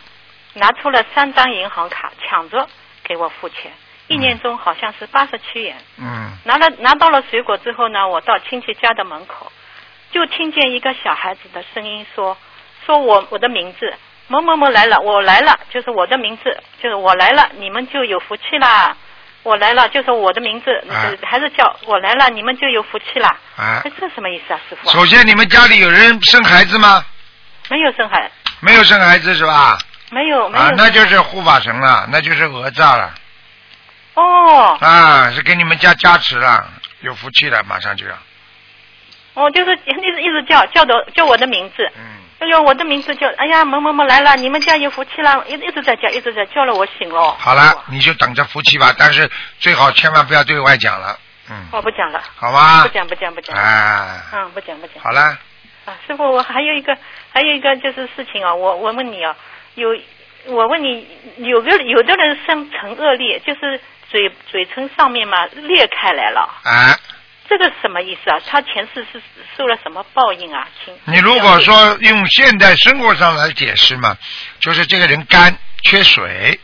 [SPEAKER 8] 拿出了三张银行卡，抢着给我付钱，一年中好像是八十七元。
[SPEAKER 2] 嗯
[SPEAKER 8] 拿了拿到了水果之后呢，我到亲戚家的门口，就听见一个小孩子的声音说：“说我我的名字某某某来了，我来了，就是我的名字，就是我来了，你们就有福气啦。”我来了，就是我的名字，
[SPEAKER 2] 啊
[SPEAKER 8] 就是还是叫我来了，你们就有福气啦。
[SPEAKER 2] 啊
[SPEAKER 8] 哎，，这什么意思啊，师傅啊？
[SPEAKER 2] 首先你们家里有人生孩子吗？
[SPEAKER 8] 没有生孩，
[SPEAKER 2] 没有生孩子是吧？
[SPEAKER 8] 没有没有。
[SPEAKER 2] 啊，那就是护法神了，那就是讹诈了
[SPEAKER 8] 哦
[SPEAKER 2] 啊，是给你们家加持了，有福气了，马上就要。
[SPEAKER 8] 哦，就是一直一直叫叫的叫我的名字，
[SPEAKER 2] 嗯，
[SPEAKER 8] 哎呦，我的名字叫哎呀某某某来了，你们家有福气啦，一直一直在叫，一直在叫了我醒了。哦
[SPEAKER 2] 好了，你就等着福气吧，但是最好千万不要对外讲了，嗯，
[SPEAKER 8] 我不讲了，
[SPEAKER 2] 好吗
[SPEAKER 8] 不？讲不讲不讲，
[SPEAKER 2] 啊，
[SPEAKER 8] 嗯，不讲不讲。
[SPEAKER 2] 好了，
[SPEAKER 8] 啊，师傅，我还有一个还有一个就是事情啊，我我问你啊，有我问你，有个有的人生成恶裂，就是嘴嘴唇上面嘛裂开来了，
[SPEAKER 2] 啊。
[SPEAKER 8] 这个什么意思啊？他前世是受了什么报应啊？请
[SPEAKER 2] 你如果说用现代生活上来解释嘛，就是这个人肝缺水，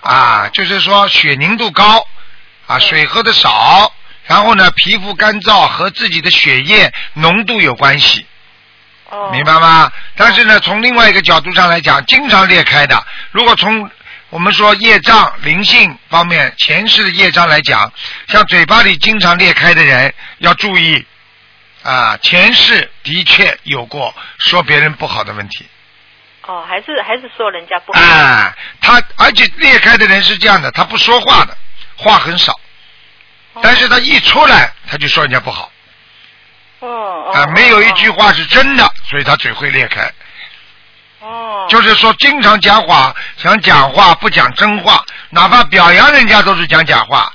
[SPEAKER 2] 啊，就是说血凝度高，啊，水喝的少，然后呢，皮肤干燥和自己的血液浓度有关系，
[SPEAKER 8] 哦，
[SPEAKER 2] 明白吗？但是呢，从另外一个角度上来讲，经常裂开的，如果从我们说业障、灵性方面前世的业障来讲，像嘴巴里经常裂开的人要注意啊，前世的确有过说别人不好的问题。
[SPEAKER 8] 哦，还是还是说人家不好，
[SPEAKER 2] 啊，他而且裂开的人是这样的，他不说话的，话很少，
[SPEAKER 8] 哦
[SPEAKER 2] 但是他一出来他就说人家不好
[SPEAKER 8] 哦
[SPEAKER 2] 啊，
[SPEAKER 8] 哦
[SPEAKER 2] 没有一句话是真的，所以他嘴会裂开。
[SPEAKER 8] 哦，
[SPEAKER 2] 就是说经常讲谎，想讲话不讲真话，哪怕表扬人家都是讲假话。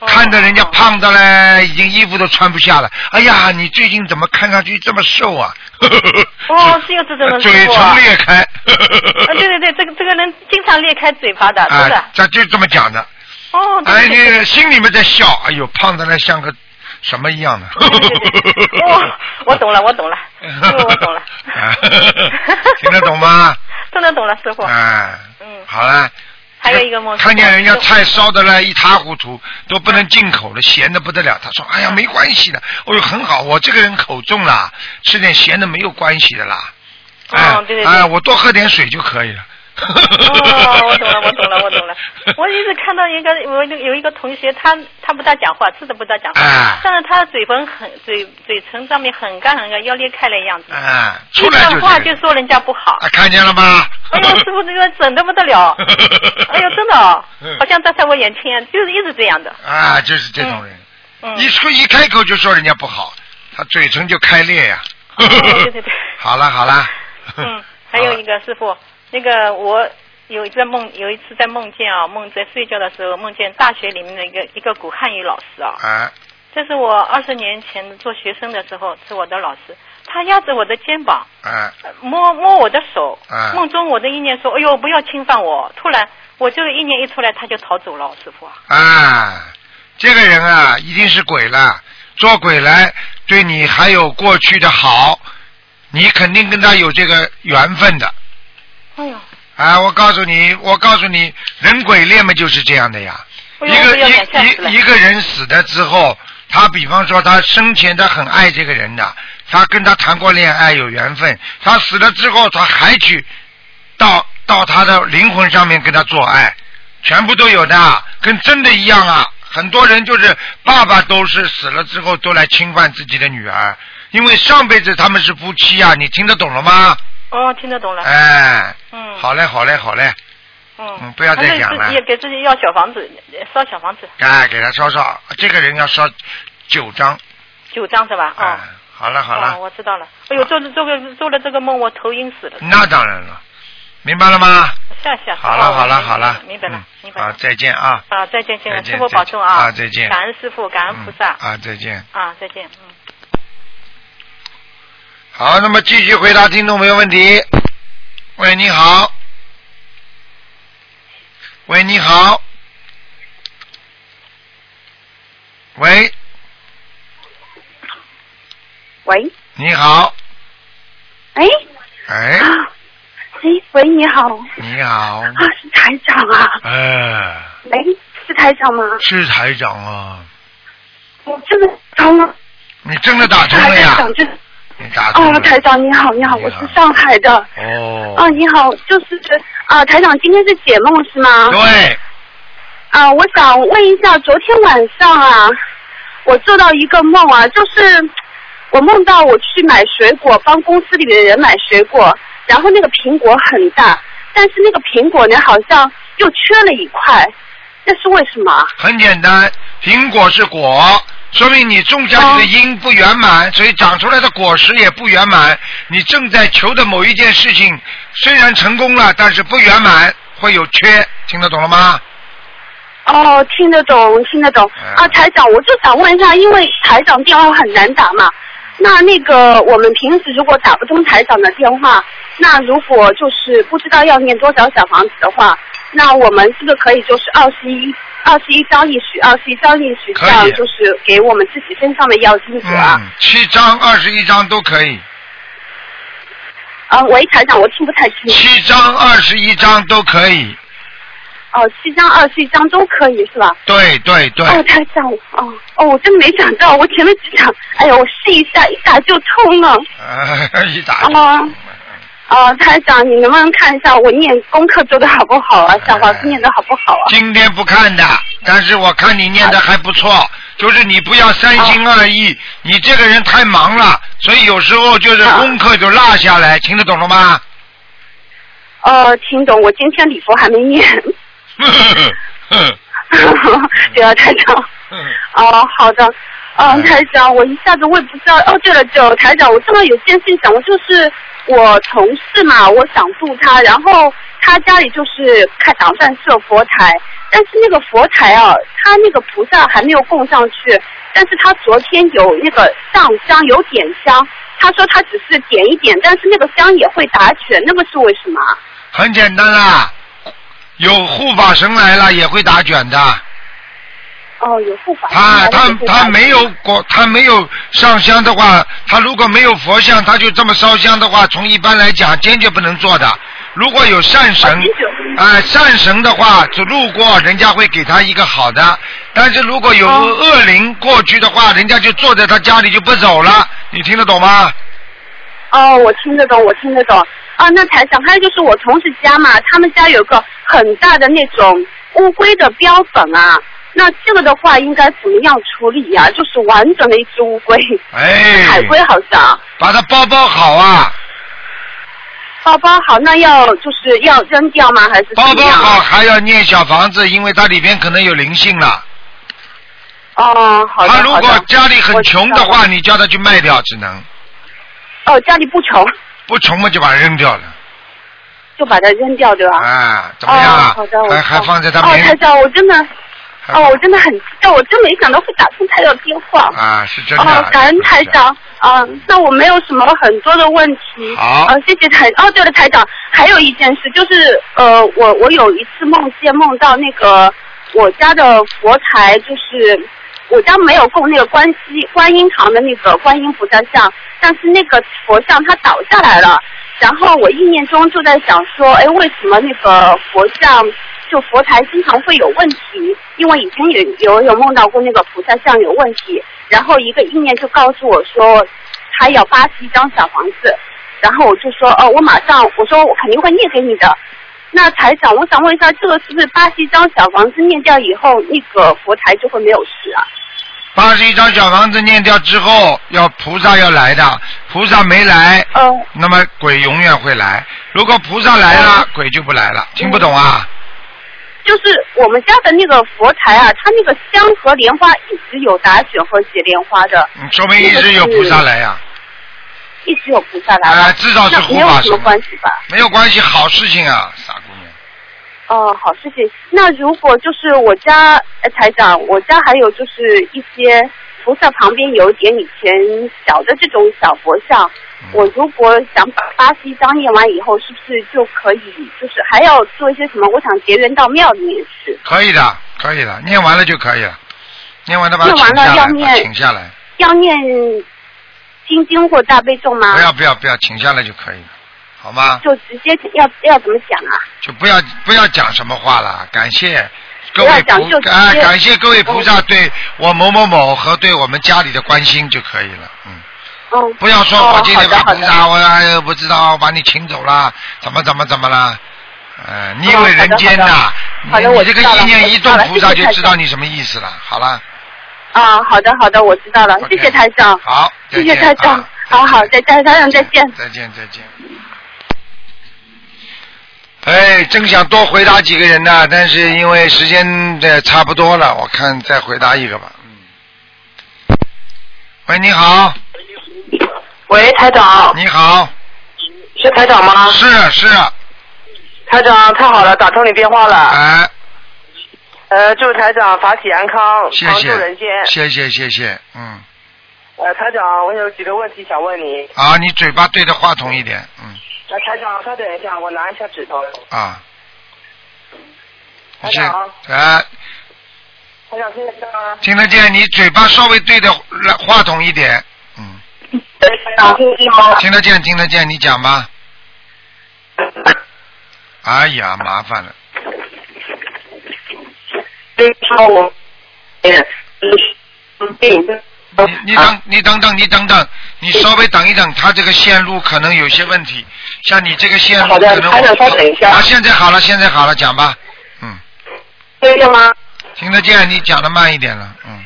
[SPEAKER 8] 哦
[SPEAKER 2] 看着人家，胖的嘞，已经衣服都穿不下了。哎呀，你最近怎么看上去这么瘦啊？ <laughs>
[SPEAKER 8] 哦是有这种人
[SPEAKER 2] 呃嘴
[SPEAKER 8] 说啊
[SPEAKER 2] 唇裂开。
[SPEAKER 8] 啊对对对，这个这个人经常裂开嘴巴的，是
[SPEAKER 2] 啊
[SPEAKER 8] 的，，
[SPEAKER 2] 这就这么讲的。
[SPEAKER 8] 哦，对
[SPEAKER 2] 哎，
[SPEAKER 8] 对对
[SPEAKER 2] 你心里面在笑，哎呦，胖的嘞像个什么一样的。
[SPEAKER 8] 哦，我懂了，我懂了，师傅，我懂了
[SPEAKER 2] <laughs> 啊，听得懂
[SPEAKER 8] <laughs>
[SPEAKER 2] 吗？
[SPEAKER 8] 真的懂了，师傅。
[SPEAKER 2] 哎，
[SPEAKER 8] 嗯，
[SPEAKER 2] 好了。
[SPEAKER 8] 还有一个梦，
[SPEAKER 2] 看见人家
[SPEAKER 8] 师傅
[SPEAKER 2] 菜烧的嘞一塌糊涂，都不能进口了，咸的不得了。他说：“哎呀，没关系的，哦呦，很好，我这个人口重啦，吃点咸的没有关系的啦。”哎
[SPEAKER 8] 哦对对对
[SPEAKER 2] 哎，我多喝点水就可以了。
[SPEAKER 8] 哦，我懂了，我懂了，我懂了。我一直看到一个，我有一个同学，他他不大讲话，字都不大讲话，
[SPEAKER 2] 啊
[SPEAKER 8] 但是他嘴唇很嘴嘴唇上面很干很干，要裂开的样子，
[SPEAKER 2] 啊，
[SPEAKER 8] 一
[SPEAKER 2] 出来
[SPEAKER 8] 讲
[SPEAKER 2] 就
[SPEAKER 8] 话
[SPEAKER 2] 是
[SPEAKER 8] 就说人家不好。
[SPEAKER 2] <laughs> 啊，看见了吗？
[SPEAKER 8] 哎呦，师傅，这个整的不得了！哎呦，真的、
[SPEAKER 2] <laughs>
[SPEAKER 8] 哦，好像在在我眼前，就是一直这样的。
[SPEAKER 2] 啊，就是这种人，
[SPEAKER 8] 嗯，
[SPEAKER 2] 一说一开口就说人家不好，他嘴唇就开裂呀、
[SPEAKER 8] 对对对对，
[SPEAKER 2] 好了好了，
[SPEAKER 8] 嗯， <laughs> 还有一个师傅，那个我有一次在梦，有一次在梦见啊，梦在睡觉的时候梦见大学里面的一个一个古汉语老师啊，
[SPEAKER 2] 啊，
[SPEAKER 8] 这是我二十年前做学生的时候是我的老师，他压着我的肩膀，
[SPEAKER 2] 啊
[SPEAKER 8] 摸摸我的手，
[SPEAKER 2] 啊
[SPEAKER 8] 梦中我的意念说，哎呦不要侵犯我，突然我这个意念一出来他就逃走了，师傅啊，
[SPEAKER 2] 啊，这个人啊，一定是鬼了，做鬼来对你还有过去的好，你肯定跟他有这个缘分的
[SPEAKER 8] 哎呦，
[SPEAKER 2] 啊！我告诉你，我告诉你，人鬼恋嘛就是这样的呀。
[SPEAKER 8] 哎
[SPEAKER 2] 一
[SPEAKER 8] 呦我
[SPEAKER 2] 个
[SPEAKER 8] 都要想吓死了
[SPEAKER 2] 一一一个人死了之后，他比方说他生前他很爱这个人的，他跟他谈过恋爱有缘分，他死了之后他还去到到他的灵魂上面跟他做爱，全部都有的，跟真的一样啊。很多人就是爸爸都是死了之后都来侵犯自己的女儿，因为上辈子他们是夫妻啊，你听得懂了吗？
[SPEAKER 8] 哦听得懂了，
[SPEAKER 2] 啊哎，
[SPEAKER 8] 嗯，
[SPEAKER 2] 好嘞，好嘞，好嘞，嗯
[SPEAKER 8] 嗯，
[SPEAKER 2] 不要再
[SPEAKER 8] 还是
[SPEAKER 2] 讲了
[SPEAKER 8] 自己也给自己要小房子，烧小房子
[SPEAKER 2] 哎，给他烧烧，这个人要烧九张，
[SPEAKER 8] 九张是吧？哦。
[SPEAKER 2] 哎，好了好了。
[SPEAKER 8] 哦，我知道了。哎呦，做了做个做了这个梦，我头晕死了，
[SPEAKER 2] 那当然了，明白了吗？
[SPEAKER 8] 吓吓死
[SPEAKER 2] 好了
[SPEAKER 8] 哦
[SPEAKER 2] 好了
[SPEAKER 8] 明白
[SPEAKER 2] 好了，
[SPEAKER 8] 明白了
[SPEAKER 2] 嗯，
[SPEAKER 8] 明白
[SPEAKER 2] 好
[SPEAKER 8] 了。，
[SPEAKER 2] 再见啊！
[SPEAKER 8] 啊，再见，亲
[SPEAKER 2] 再
[SPEAKER 8] 爱的
[SPEAKER 2] 见
[SPEAKER 8] 师傅保重啊！
[SPEAKER 2] 啊再见
[SPEAKER 8] 感恩师傅，感恩菩萨
[SPEAKER 2] 嗯啊，再见。
[SPEAKER 8] 啊！再见，嗯。
[SPEAKER 2] 好，那么继续回答听众朋友问题。喂，你好。喂，你好。喂，
[SPEAKER 9] 喂，
[SPEAKER 2] 你好。
[SPEAKER 9] 哎，
[SPEAKER 2] 哎，
[SPEAKER 9] 哎，喂，你好，
[SPEAKER 2] 你好。
[SPEAKER 9] 啊，是台长啊，
[SPEAKER 2] 哎，
[SPEAKER 9] 哎，是台长吗？
[SPEAKER 2] 是台长啊！
[SPEAKER 9] 我真的长了，
[SPEAKER 2] 你真的打通
[SPEAKER 9] 台
[SPEAKER 2] 了呀？
[SPEAKER 9] 长就是，
[SPEAKER 2] 你打通
[SPEAKER 9] 哦，
[SPEAKER 2] 了。
[SPEAKER 9] 台长你好，你好，
[SPEAKER 2] 啊你
[SPEAKER 9] 我
[SPEAKER 2] 好
[SPEAKER 9] 是上海的，啊，
[SPEAKER 2] 哦。
[SPEAKER 9] 你好，就是啊，台长今天是解梦是吗？
[SPEAKER 2] 对，
[SPEAKER 9] 啊，我想问一下，昨天晚上啊，我做到一个梦啊，就是我梦到我去买水果，帮公司里面的人买水果，然后那个苹果很大，但是那个苹果呢，好像又缺了一块，那是为什么啊？
[SPEAKER 2] 很简单，苹果是果，说明你种下去的因不圆满，所以长出来的果实也不圆满。你正在求的某一件事情，虽然成功了，但是不圆满，会有缺，听得懂了吗？
[SPEAKER 9] 哦，听得懂，听得懂
[SPEAKER 2] 嗯
[SPEAKER 9] 啊，台长，我就想问一下，因为台长电话很难打嘛，那那个我们平时如果打不通台长的电话，那如果就是不知道要念多少小房子的话，那我们是不是可以就是二十一二十一张一许，二十一张一许，
[SPEAKER 2] 可
[SPEAKER 9] 这
[SPEAKER 2] 以
[SPEAKER 9] 样就是给我们自己身上的要金者啊？
[SPEAKER 2] 嗯，七张、二十一张都可以，
[SPEAKER 9] 啊，喂，台长，我听不太清。
[SPEAKER 2] 七张、二十一张都可以。
[SPEAKER 9] 哦，七张、二十一张都可以是吧？
[SPEAKER 2] 对对对，
[SPEAKER 9] 哦，台长，哦哦，我真没想到，我前面只想，哎呀，我试一下，一打就通了。
[SPEAKER 2] 啊， <laughs> 一打就。
[SPEAKER 9] 哦哦，台长，你能不能看一下我念功课做的好不好啊？小房子念的好不好啊？
[SPEAKER 2] 今天不看的，但是我看你念的还不错，就是你不要三心二意，你这个人太忙了，所以有时候就是功课就落下来，听得懂了吗？
[SPEAKER 9] 哦，听懂，我今天礼佛还没念。 <laughs> 对啊，台长。哦，好的。
[SPEAKER 2] 哎
[SPEAKER 9] 嗯，台长，我一下子我也不知道。哦，对了，就台长，我正好有件事情想问，就是我同事嘛，我想度他，然后他家里就是看打算设佛台，但是那个佛台啊，他那个菩萨还没有供上去，但是他昨天有那个上香，有点香。他说他只是点一点，但是那个香也会打卷，那个是为什么啊？
[SPEAKER 2] 很简单啦，有护法神来了也会打卷的。
[SPEAKER 9] 哦，有护法神
[SPEAKER 2] 他
[SPEAKER 9] 来了
[SPEAKER 2] 他
[SPEAKER 9] 就会打卷。
[SPEAKER 2] 他没有果，他没有上香的话，他如果没有佛像，他就这么烧香的话，从一般来讲坚决不能做的。如果有善神，
[SPEAKER 9] 啊坚决
[SPEAKER 2] 啊、善神的话，只路过人家会给他一个好的，但是如果有
[SPEAKER 9] 哦
[SPEAKER 2] 恶灵过去的话，人家就坐在他家里就不走了，你听得懂吗？
[SPEAKER 9] 哦，我听得懂，我听得懂。啊，那台长，还有就是我同事家嘛，他们家有个很大的那种乌龟的标本啊，那这个的话应该怎么样处理呀、就是完整的一只乌龟，
[SPEAKER 2] 哎，
[SPEAKER 9] <laughs> 海龟好像。
[SPEAKER 2] 把它包包好啊，
[SPEAKER 9] 包包好，那要就是要扔掉吗？还是怎
[SPEAKER 2] 包
[SPEAKER 9] 么
[SPEAKER 2] 包
[SPEAKER 9] 样？
[SPEAKER 2] 好还要念小房子，因为它里边可能有灵性了。
[SPEAKER 9] 哦，好的
[SPEAKER 2] 他如
[SPEAKER 9] 好
[SPEAKER 2] 果
[SPEAKER 9] 的。
[SPEAKER 2] 家里很穷的话，你叫他去卖掉，只能
[SPEAKER 9] 哦，家里不穷，
[SPEAKER 2] 不穷嘛就把它扔掉了。
[SPEAKER 9] 就把它扔掉对吧？
[SPEAKER 2] 啊，怎么样啊
[SPEAKER 9] 哦好的？我
[SPEAKER 2] 还还放在他
[SPEAKER 9] 哦，
[SPEAKER 2] 面
[SPEAKER 9] 台长，我真的，
[SPEAKER 2] 还
[SPEAKER 9] 哦，我真的很激动，我真没想到会打通台长电话。
[SPEAKER 2] 啊，是真
[SPEAKER 9] 哦，
[SPEAKER 2] 的。
[SPEAKER 9] 感恩台长，啊、那我没有什么很多的问题。
[SPEAKER 2] 好
[SPEAKER 9] 呃，谢谢台。哦，对了，台长，还有一件事就是，呃，我我有一次梦见梦到那个我家的佛台，就是我家没有供那个观西观音堂的那个观音菩萨像，但是那个佛像它倒下来了。然后我意念中就在想说，哎，为什么那个佛像就佛台经常会有问题？因为以前有有有梦到过那个菩萨像有问题，然后一个意念就告诉我说，他要八十一张小房子，然后我就说，哦，我马上，我说我肯定会念给你的。那台长，我想问一下，这个是不是八十一张小房子念掉以后，那个佛台就会没有事啊？
[SPEAKER 2] 八十一张小房子念掉之后，要菩萨要来的，菩萨没来，
[SPEAKER 9] 嗯，
[SPEAKER 2] 那么鬼永远会来。如果菩萨来了，
[SPEAKER 9] 哦
[SPEAKER 2] 鬼就不来了。听不懂啊？
[SPEAKER 9] 就是我们家的那个佛台啊，它那个香和莲花一直有打卷和结莲花的，
[SPEAKER 2] 嗯说明一直有菩萨来呀、
[SPEAKER 9] 嗯一直有菩萨来了，
[SPEAKER 2] 啊，至少是
[SPEAKER 9] 那
[SPEAKER 2] 护
[SPEAKER 9] 没有
[SPEAKER 2] 法
[SPEAKER 9] 什
[SPEAKER 2] 神
[SPEAKER 9] 么。关系吧？
[SPEAKER 2] 没有关系，好事情啊，傻姑娘。
[SPEAKER 9] 哦，好事情。那如果就是我家呃台长，我家还有就是一些菩萨旁边有一点以前小的这种小佛像，我如果想把八十一章念完以后，是不是就可以？就是还要做一些什么？我想结缘到庙里面去，
[SPEAKER 2] 可以的，可以的，念完了就可以了。念完了把它
[SPEAKER 9] 念
[SPEAKER 2] 请
[SPEAKER 9] 完了
[SPEAKER 2] 下来，
[SPEAKER 9] 要
[SPEAKER 2] 把它
[SPEAKER 9] 念
[SPEAKER 2] 请下来，
[SPEAKER 9] 要念心经或大悲咒吗
[SPEAKER 2] 不？要不要不要，请下来就可以了，好吗？
[SPEAKER 9] 就直接要要怎么讲啊？
[SPEAKER 2] 就不要不要讲什么话了，感谢各
[SPEAKER 9] 不要
[SPEAKER 2] 位
[SPEAKER 9] 讲就
[SPEAKER 2] 菩
[SPEAKER 9] 直
[SPEAKER 2] 啊，
[SPEAKER 9] 接
[SPEAKER 2] 感谢各位菩萨对我某某某和对我们家里的关心就可以了，嗯。
[SPEAKER 9] 嗯，
[SPEAKER 2] <laughs> 不要说
[SPEAKER 9] 哦
[SPEAKER 2] 我今天把
[SPEAKER 9] 好的好
[SPEAKER 2] 菩
[SPEAKER 9] 的
[SPEAKER 2] 萨，我哎不知道把你请走了，怎么怎么怎么了？呃，你以为人间
[SPEAKER 9] 好的
[SPEAKER 2] 呐？
[SPEAKER 9] 哦好的好的
[SPEAKER 2] 你
[SPEAKER 9] 我
[SPEAKER 2] 你这
[SPEAKER 9] 知
[SPEAKER 2] 个
[SPEAKER 9] 道了
[SPEAKER 2] 意念一动
[SPEAKER 9] 我知道，了
[SPEAKER 2] 菩萨
[SPEAKER 9] 谢
[SPEAKER 2] 就
[SPEAKER 9] 谢
[SPEAKER 2] 知道你什么意思了。好了，
[SPEAKER 9] 啊，好的好的，我知道了
[SPEAKER 2] OK
[SPEAKER 9] 谢谢台长，
[SPEAKER 2] 好，再
[SPEAKER 9] 谢谢
[SPEAKER 2] 见
[SPEAKER 9] 台长
[SPEAKER 2] 啊，
[SPEAKER 9] 好好，再见，台长再见。
[SPEAKER 2] 再见，再见。哎，正想多回答几个人呢，但是因为时间的差不多了，我看再回答一个吧。嗯。喂，你好，
[SPEAKER 10] 喂，台长，
[SPEAKER 2] 你好，
[SPEAKER 10] 是台长吗？
[SPEAKER 2] 是啊是啊，
[SPEAKER 10] 台长，太好了，打通你电话了。
[SPEAKER 2] 哎，
[SPEAKER 10] 呃，祝台长法体安康，
[SPEAKER 2] 谢
[SPEAKER 10] 长
[SPEAKER 2] 谢
[SPEAKER 10] 寿人间。，
[SPEAKER 2] 谢谢谢谢，嗯，
[SPEAKER 10] 呃，台长，我有几个问题想问你。
[SPEAKER 2] 啊，你嘴巴对着话筒一点，嗯，
[SPEAKER 10] 呃，台长，稍等一下，我拿一下指头。
[SPEAKER 2] 啊，你
[SPEAKER 10] 台
[SPEAKER 2] 这
[SPEAKER 10] 长，
[SPEAKER 2] 哎，
[SPEAKER 10] 台长听得见吗？
[SPEAKER 2] 听得见，你嘴巴稍微对着话筒一点，嗯，
[SPEAKER 10] 台长听得见吗？
[SPEAKER 2] 听得见听得见，你讲吧。
[SPEAKER 10] <coughs>
[SPEAKER 2] 哎呀，麻烦了，
[SPEAKER 10] 那个我，嗯，嗯，病。
[SPEAKER 2] 你你等你等等你等等，你稍微等一等，他这个线路可能有些问题，像你这个线路
[SPEAKER 10] 好的
[SPEAKER 2] 可能我
[SPEAKER 10] 台长稍等一下
[SPEAKER 2] 啊，现在好了，现在好了，讲吧，嗯，
[SPEAKER 10] 听得见吗？
[SPEAKER 2] 听得见，你讲的慢一点了，嗯，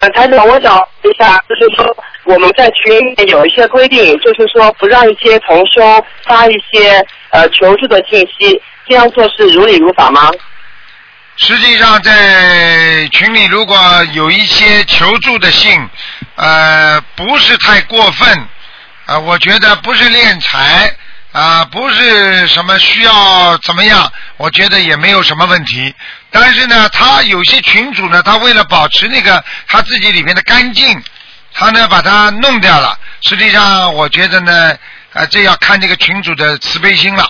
[SPEAKER 10] 呃，台长，我想问一下，就是说我们在群里面有一些规定，就是说不让一些同修发一些呃求助的信息，这样做是如理如法吗？
[SPEAKER 2] 实际上在群里如果有一些求助的信，呃，不是太过分，啊、我觉得不是敛财，啊、不是什么需要怎么样，我觉得也没有什么问题。但是呢，他有些群主呢，他为了保持那个他自己里面的干净，他呢把它弄掉了。实际上，我觉得呢，啊、这要看这个群主的慈悲心了。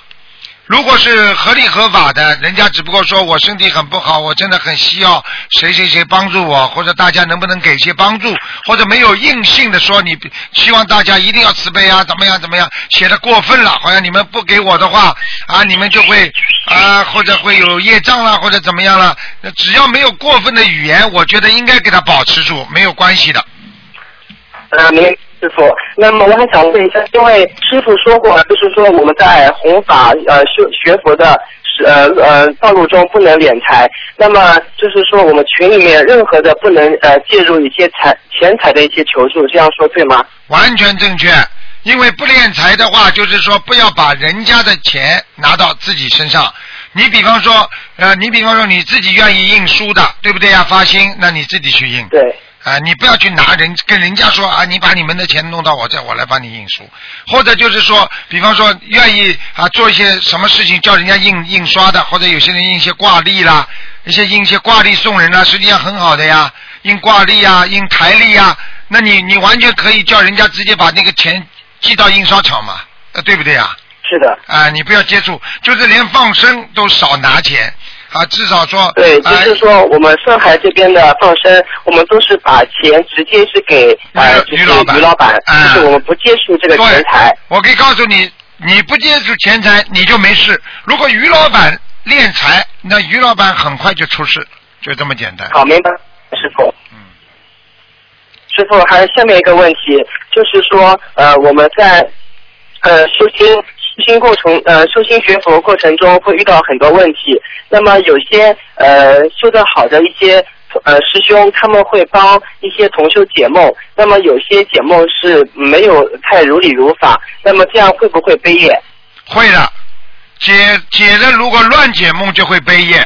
[SPEAKER 2] 如果是合理合法的，人家只不过说我身体很不好，我真的很需要谁谁谁帮助我，或者大家能不能给一些帮助，或者没有硬性的说你希望大家一定要慈悲啊，怎么样怎么样，写的过分了，好像你们不给我的话啊，你们就会啊，或者会有业障啦，或者怎么样啦。那只要没有过分的语言，我觉得应该给他保持住，没有关系的。
[SPEAKER 10] 呃，明师傅。那么我还想问一下，因为师傅说过，就是说我们在弘法呃修学佛的是呃呃道路中不能敛财。那么就是说我们群里面任何的不能呃介入一些财钱财的一些求助，这样说对吗？
[SPEAKER 2] 完全正确。因为不敛财的话，就是说不要把人家的钱拿到自己身上。你比方说，呃，你比方说你自己愿意印书的，对不对呀？发心，那你自己去印。
[SPEAKER 10] 对。
[SPEAKER 2] 啊、你不要去拿人跟人家说啊，你把你们的钱弄到我这，我来帮你印书。或者就是说，比方说愿意啊做一些什么事情，叫人家印印刷的，或者有些人印一些挂历啦，一些印一些挂历送人啦，实际上很好的呀，印挂历呀，印台历呀，那你你完全可以叫人家直接把那个钱寄到印刷厂嘛，呃，对不对呀、
[SPEAKER 10] 是的。
[SPEAKER 2] 啊，你不要接触，就是连放生都少拿钱啊，至少说
[SPEAKER 10] 对，就
[SPEAKER 2] 啊
[SPEAKER 10] 是说哎我们上海这边的放生，我们都是把钱直接是给呃就是于老板，嗯就是我们不接触这个钱财。
[SPEAKER 2] 我可以告诉你，你不接触钱财，你就没事。如果于老板敛财，那于老板很快就出事，就这么简单。
[SPEAKER 10] 好，明白，师傅。嗯。师傅，还有下面一个问题，就是说，呃，我们在呃修心修心过程，呃修心学佛过程中会遇到很多问题。那么有些呃修得好的一些呃师兄，他们会帮一些同修解梦。那么有些解梦是没有太如理如法，那么这样会不会悲业？
[SPEAKER 2] 会的，解解了如果乱解梦就会悲业。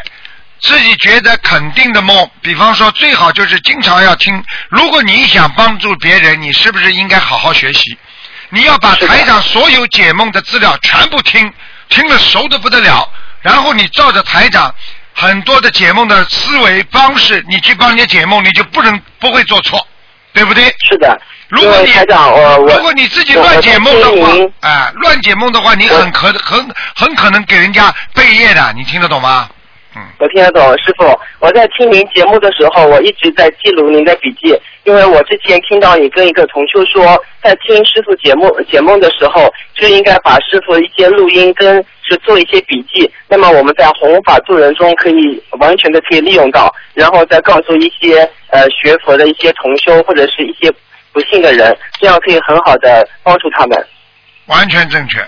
[SPEAKER 2] 自己觉得肯定的梦，比方说最好就是经常要听。如果你想帮助别人，你是不是应该好好学习？你要把台长所有解梦的资料全部听，听了熟的不得了。然后你照着台长很多的解梦的思维方式，你去帮人家解梦，你就不能不会做错，对不对？
[SPEAKER 10] 是的。
[SPEAKER 2] 如果
[SPEAKER 10] 因为
[SPEAKER 2] 你
[SPEAKER 10] 台长我我
[SPEAKER 2] 如果你自己乱解梦的
[SPEAKER 10] 我
[SPEAKER 2] 话
[SPEAKER 10] 我听您，
[SPEAKER 2] 哎、乱解梦的话，你很可很很可能给人家背业的，你听得懂吗？
[SPEAKER 10] 我听得懂，师傅。我在听您节目的时候，我一直在记录您的笔记，因为我之前听到你跟一个同修说，在听师傅节目解梦的时候，就应该把师傅一些录音跟是做一些笔记。那么我们在弘法助人中可以完全的可以利用到，然后再告诉一些呃学佛的一些同修或者是一些不信的人，这样可以很好的帮助他们。
[SPEAKER 2] 完全正确。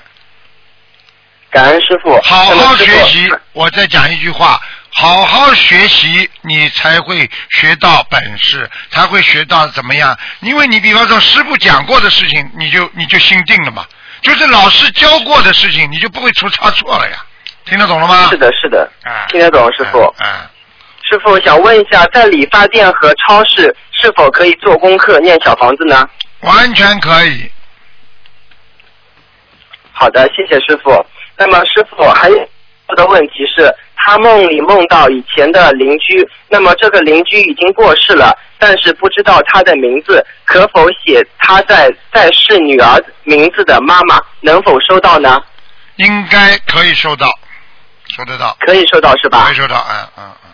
[SPEAKER 10] 感恩师傅，
[SPEAKER 2] 好
[SPEAKER 10] 那
[SPEAKER 2] 好
[SPEAKER 10] 么师
[SPEAKER 2] 学
[SPEAKER 10] 傅
[SPEAKER 2] 习，我再讲一句话：好好学习，你才会学到本事，才会学到怎么样。因为你比方说师傅讲过的事情，你就你就心定了嘛；就是老师教过的事情，你就不会出差错了呀。听得懂了吗？
[SPEAKER 10] 是的，呃是的，听得懂，师傅。
[SPEAKER 2] 嗯，
[SPEAKER 10] 师傅想问一下，在理发店和超市是否可以做功课念小房子呢？
[SPEAKER 2] 完全可以。
[SPEAKER 10] 好的，谢谢师傅。那么师傅还有的问题是，他梦里梦到以前的邻居，那么这个邻居已经过世了，但是不知道他的名字，可否写他在在世女儿名字的妈妈，能否收到呢？
[SPEAKER 2] 应该可以收到，收得到，
[SPEAKER 10] 可以收到是吧？
[SPEAKER 2] 可以收到，嗯嗯嗯，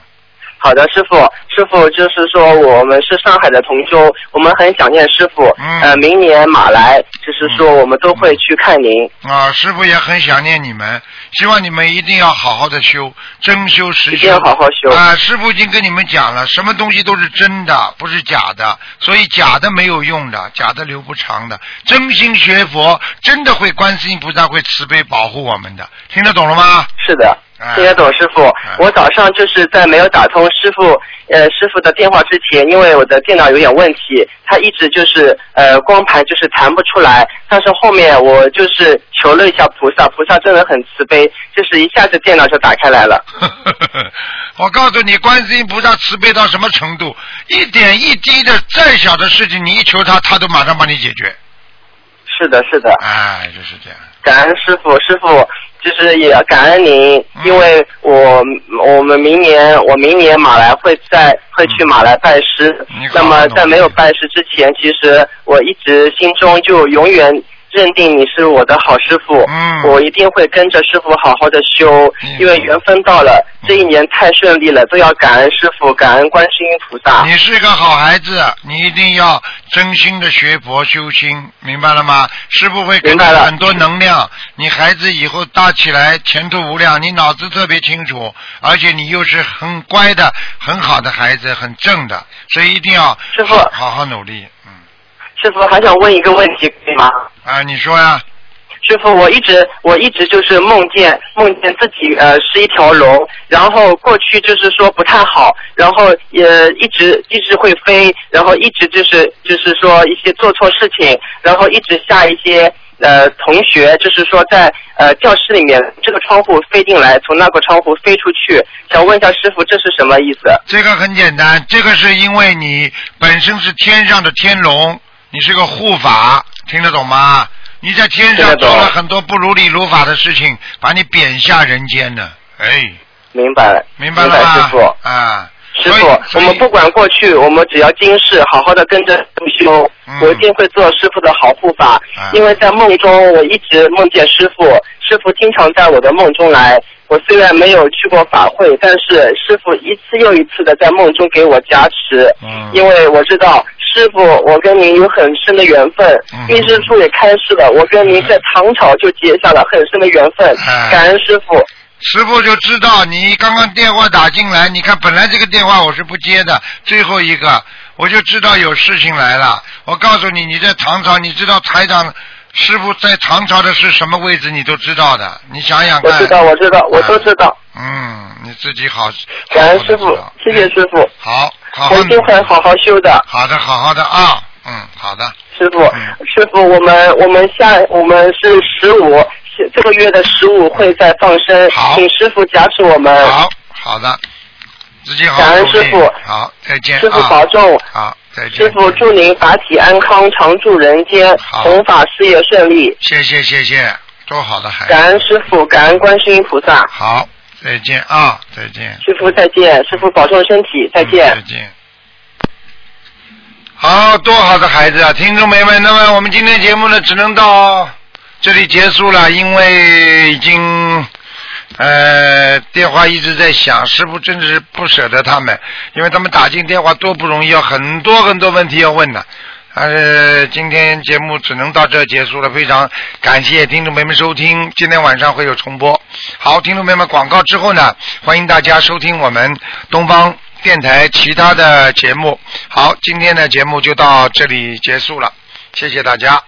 [SPEAKER 10] 好的，师傅，师傅就是说我们是上海的同修，我们很想念师傅。
[SPEAKER 2] 嗯
[SPEAKER 10] 呃，明年马来，就是说我们都会去看您。
[SPEAKER 2] 啊，师傅也很想念你们，希望你们一定要好好的修，真修实修。
[SPEAKER 10] 一定要好好修
[SPEAKER 2] 啊，师傅已经跟你们讲了，什么东西都是真的，不是假的，所以假的没有用的，假的留不长的。真心学佛，真的会观世音菩萨会慈悲保护我们的，听得懂了吗？ <laughs>
[SPEAKER 10] 是的，
[SPEAKER 2] 哎
[SPEAKER 10] 听得懂师傅。我早上就是在没有打通师傅呃师傅的电话之前，因为我的电脑有点问题，它一直就是呃光盘就是弹不出来。但是后面我就是求了一下菩萨，菩萨真的很慈悲，就是一下子电脑就打开来了。
[SPEAKER 2] 我告诉你，观世音菩萨慈悲到什么程度？一点一滴的，再小的事情，你一求他，他都马上帮你解决。
[SPEAKER 10] 是的，是的。
[SPEAKER 2] 哎，就是这样。
[SPEAKER 10] 感恩师傅，师傅就是也感恩您，
[SPEAKER 2] 嗯
[SPEAKER 10] 因为我我们明年我明年马来会在会去马来拜师
[SPEAKER 2] 嗯你，好
[SPEAKER 10] 那么在没有拜师之前，其实我一直心中就永远。认定你是我的好师傅，
[SPEAKER 2] 嗯
[SPEAKER 10] 我一定会跟着师傅好好的修，因为缘分到了，
[SPEAKER 2] 嗯
[SPEAKER 10] 这一年太顺利了，都要感恩师傅，感恩观世音菩萨。
[SPEAKER 2] <laughs> 你是个好孩子，你一定要真心的学佛修心，明白了吗？师傅会给
[SPEAKER 10] 明
[SPEAKER 2] 你
[SPEAKER 10] 白了
[SPEAKER 2] 很多能量，你孩子以后大起来前途无量，你脑子特别清楚，而且你又是很乖的、很好的孩子，很正的，所以一定要
[SPEAKER 10] 师傅
[SPEAKER 2] 好好好努力。
[SPEAKER 10] 师师傅还想问一个问题，可以吗？
[SPEAKER 2] 啊，你说呀、
[SPEAKER 10] 师傅，我一直我一直就是梦见梦见自己呃是一条龙，然后过去就是说不太好，然后也一直一直会飞，然后一直就是就是说一些做错事情，然后一直吓一些呃同学，就是说在呃教室里面这个窗户飞进来，从那个窗户飞出去，想问一下师傅这是什么意思？
[SPEAKER 2] 这个很简单，这个是因为你本身是天上的天龙，你是个护法，听得懂吗？你在天
[SPEAKER 10] 听
[SPEAKER 2] 上
[SPEAKER 10] 得懂
[SPEAKER 2] 做了很多不如理如法的事情，把你贬下人间了，哎，
[SPEAKER 10] 明白了，
[SPEAKER 2] 明白了
[SPEAKER 10] 明白
[SPEAKER 2] 吗？
[SPEAKER 10] 师傅
[SPEAKER 2] 啊，
[SPEAKER 10] 师
[SPEAKER 2] 所以
[SPEAKER 10] 傅，
[SPEAKER 2] 所
[SPEAKER 10] 我
[SPEAKER 2] 以
[SPEAKER 10] 们不管过去，我们只要今世好好的跟着师修，
[SPEAKER 2] 嗯
[SPEAKER 10] 我一定会做师傅的好护法。
[SPEAKER 2] 啊
[SPEAKER 10] 因为在梦中，我一直梦见师傅，师傅经常在我的梦中来。我虽然没有去过法会，但是师傅一次又一次的在梦中给我加持，
[SPEAKER 2] 嗯
[SPEAKER 10] 因为我知道师傅，我跟您有很深的缘分，
[SPEAKER 2] 嗯
[SPEAKER 10] 运势处也开示了，我跟您在唐朝就结下了很深的缘分，
[SPEAKER 2] 嗯
[SPEAKER 10] 感恩师傅。
[SPEAKER 2] 师傅就知道你刚刚电话打进来，你看本来这个电话我是不接的，最后一个我就知道有事情来了。我告诉你，你在唐朝，你知道台长师傅在唐朝的是什么位置，你都知道的。你想想
[SPEAKER 10] 我
[SPEAKER 2] 看，
[SPEAKER 10] 知道，我知道，我都知道。
[SPEAKER 2] 嗯，你自己好，
[SPEAKER 10] 感恩师傅，谢谢师傅。
[SPEAKER 2] 哎好，好好
[SPEAKER 10] 我一定会好好修的。
[SPEAKER 2] 好的，好好的啊，嗯，好的，
[SPEAKER 10] 师傅，
[SPEAKER 2] 嗯
[SPEAKER 10] 师傅，我们我们下我们是十五，是这个月的十五会再放生，请师傅加持我们。
[SPEAKER 2] 好，好的，自己好
[SPEAKER 10] 感
[SPEAKER 2] 好
[SPEAKER 10] 恩
[SPEAKER 2] 努力。
[SPEAKER 10] 师傅
[SPEAKER 2] 好，再见，
[SPEAKER 10] 师傅
[SPEAKER 2] 啊
[SPEAKER 10] 保重
[SPEAKER 2] 好，再见
[SPEAKER 10] 师。傅祝您法体安康，常驻人间，弘法事业顺利。
[SPEAKER 2] 谢谢谢谢，多好的孩子。
[SPEAKER 10] 感恩师傅，感恩观世音菩萨。
[SPEAKER 2] 好，再见啊，再见。
[SPEAKER 10] 师傅再见，师傅保重身体，再见。
[SPEAKER 2] 嗯再见。好多好的孩子啊，听众朋友们，那么我们今天节目呢，只能到这里结束了，因为已经呃电话一直在响，师傅真是不舍得他们，因为他们打进电话多不容易，有很多很多问题要问的。呃，今天节目只能到这儿结束了，非常感谢听众朋友们收听，今天晚上会有重播。好，听众朋友们，广告之后呢，欢迎大家收听我们东方电台其他的节目。好，今天的节目就到这里结束了，谢谢大家。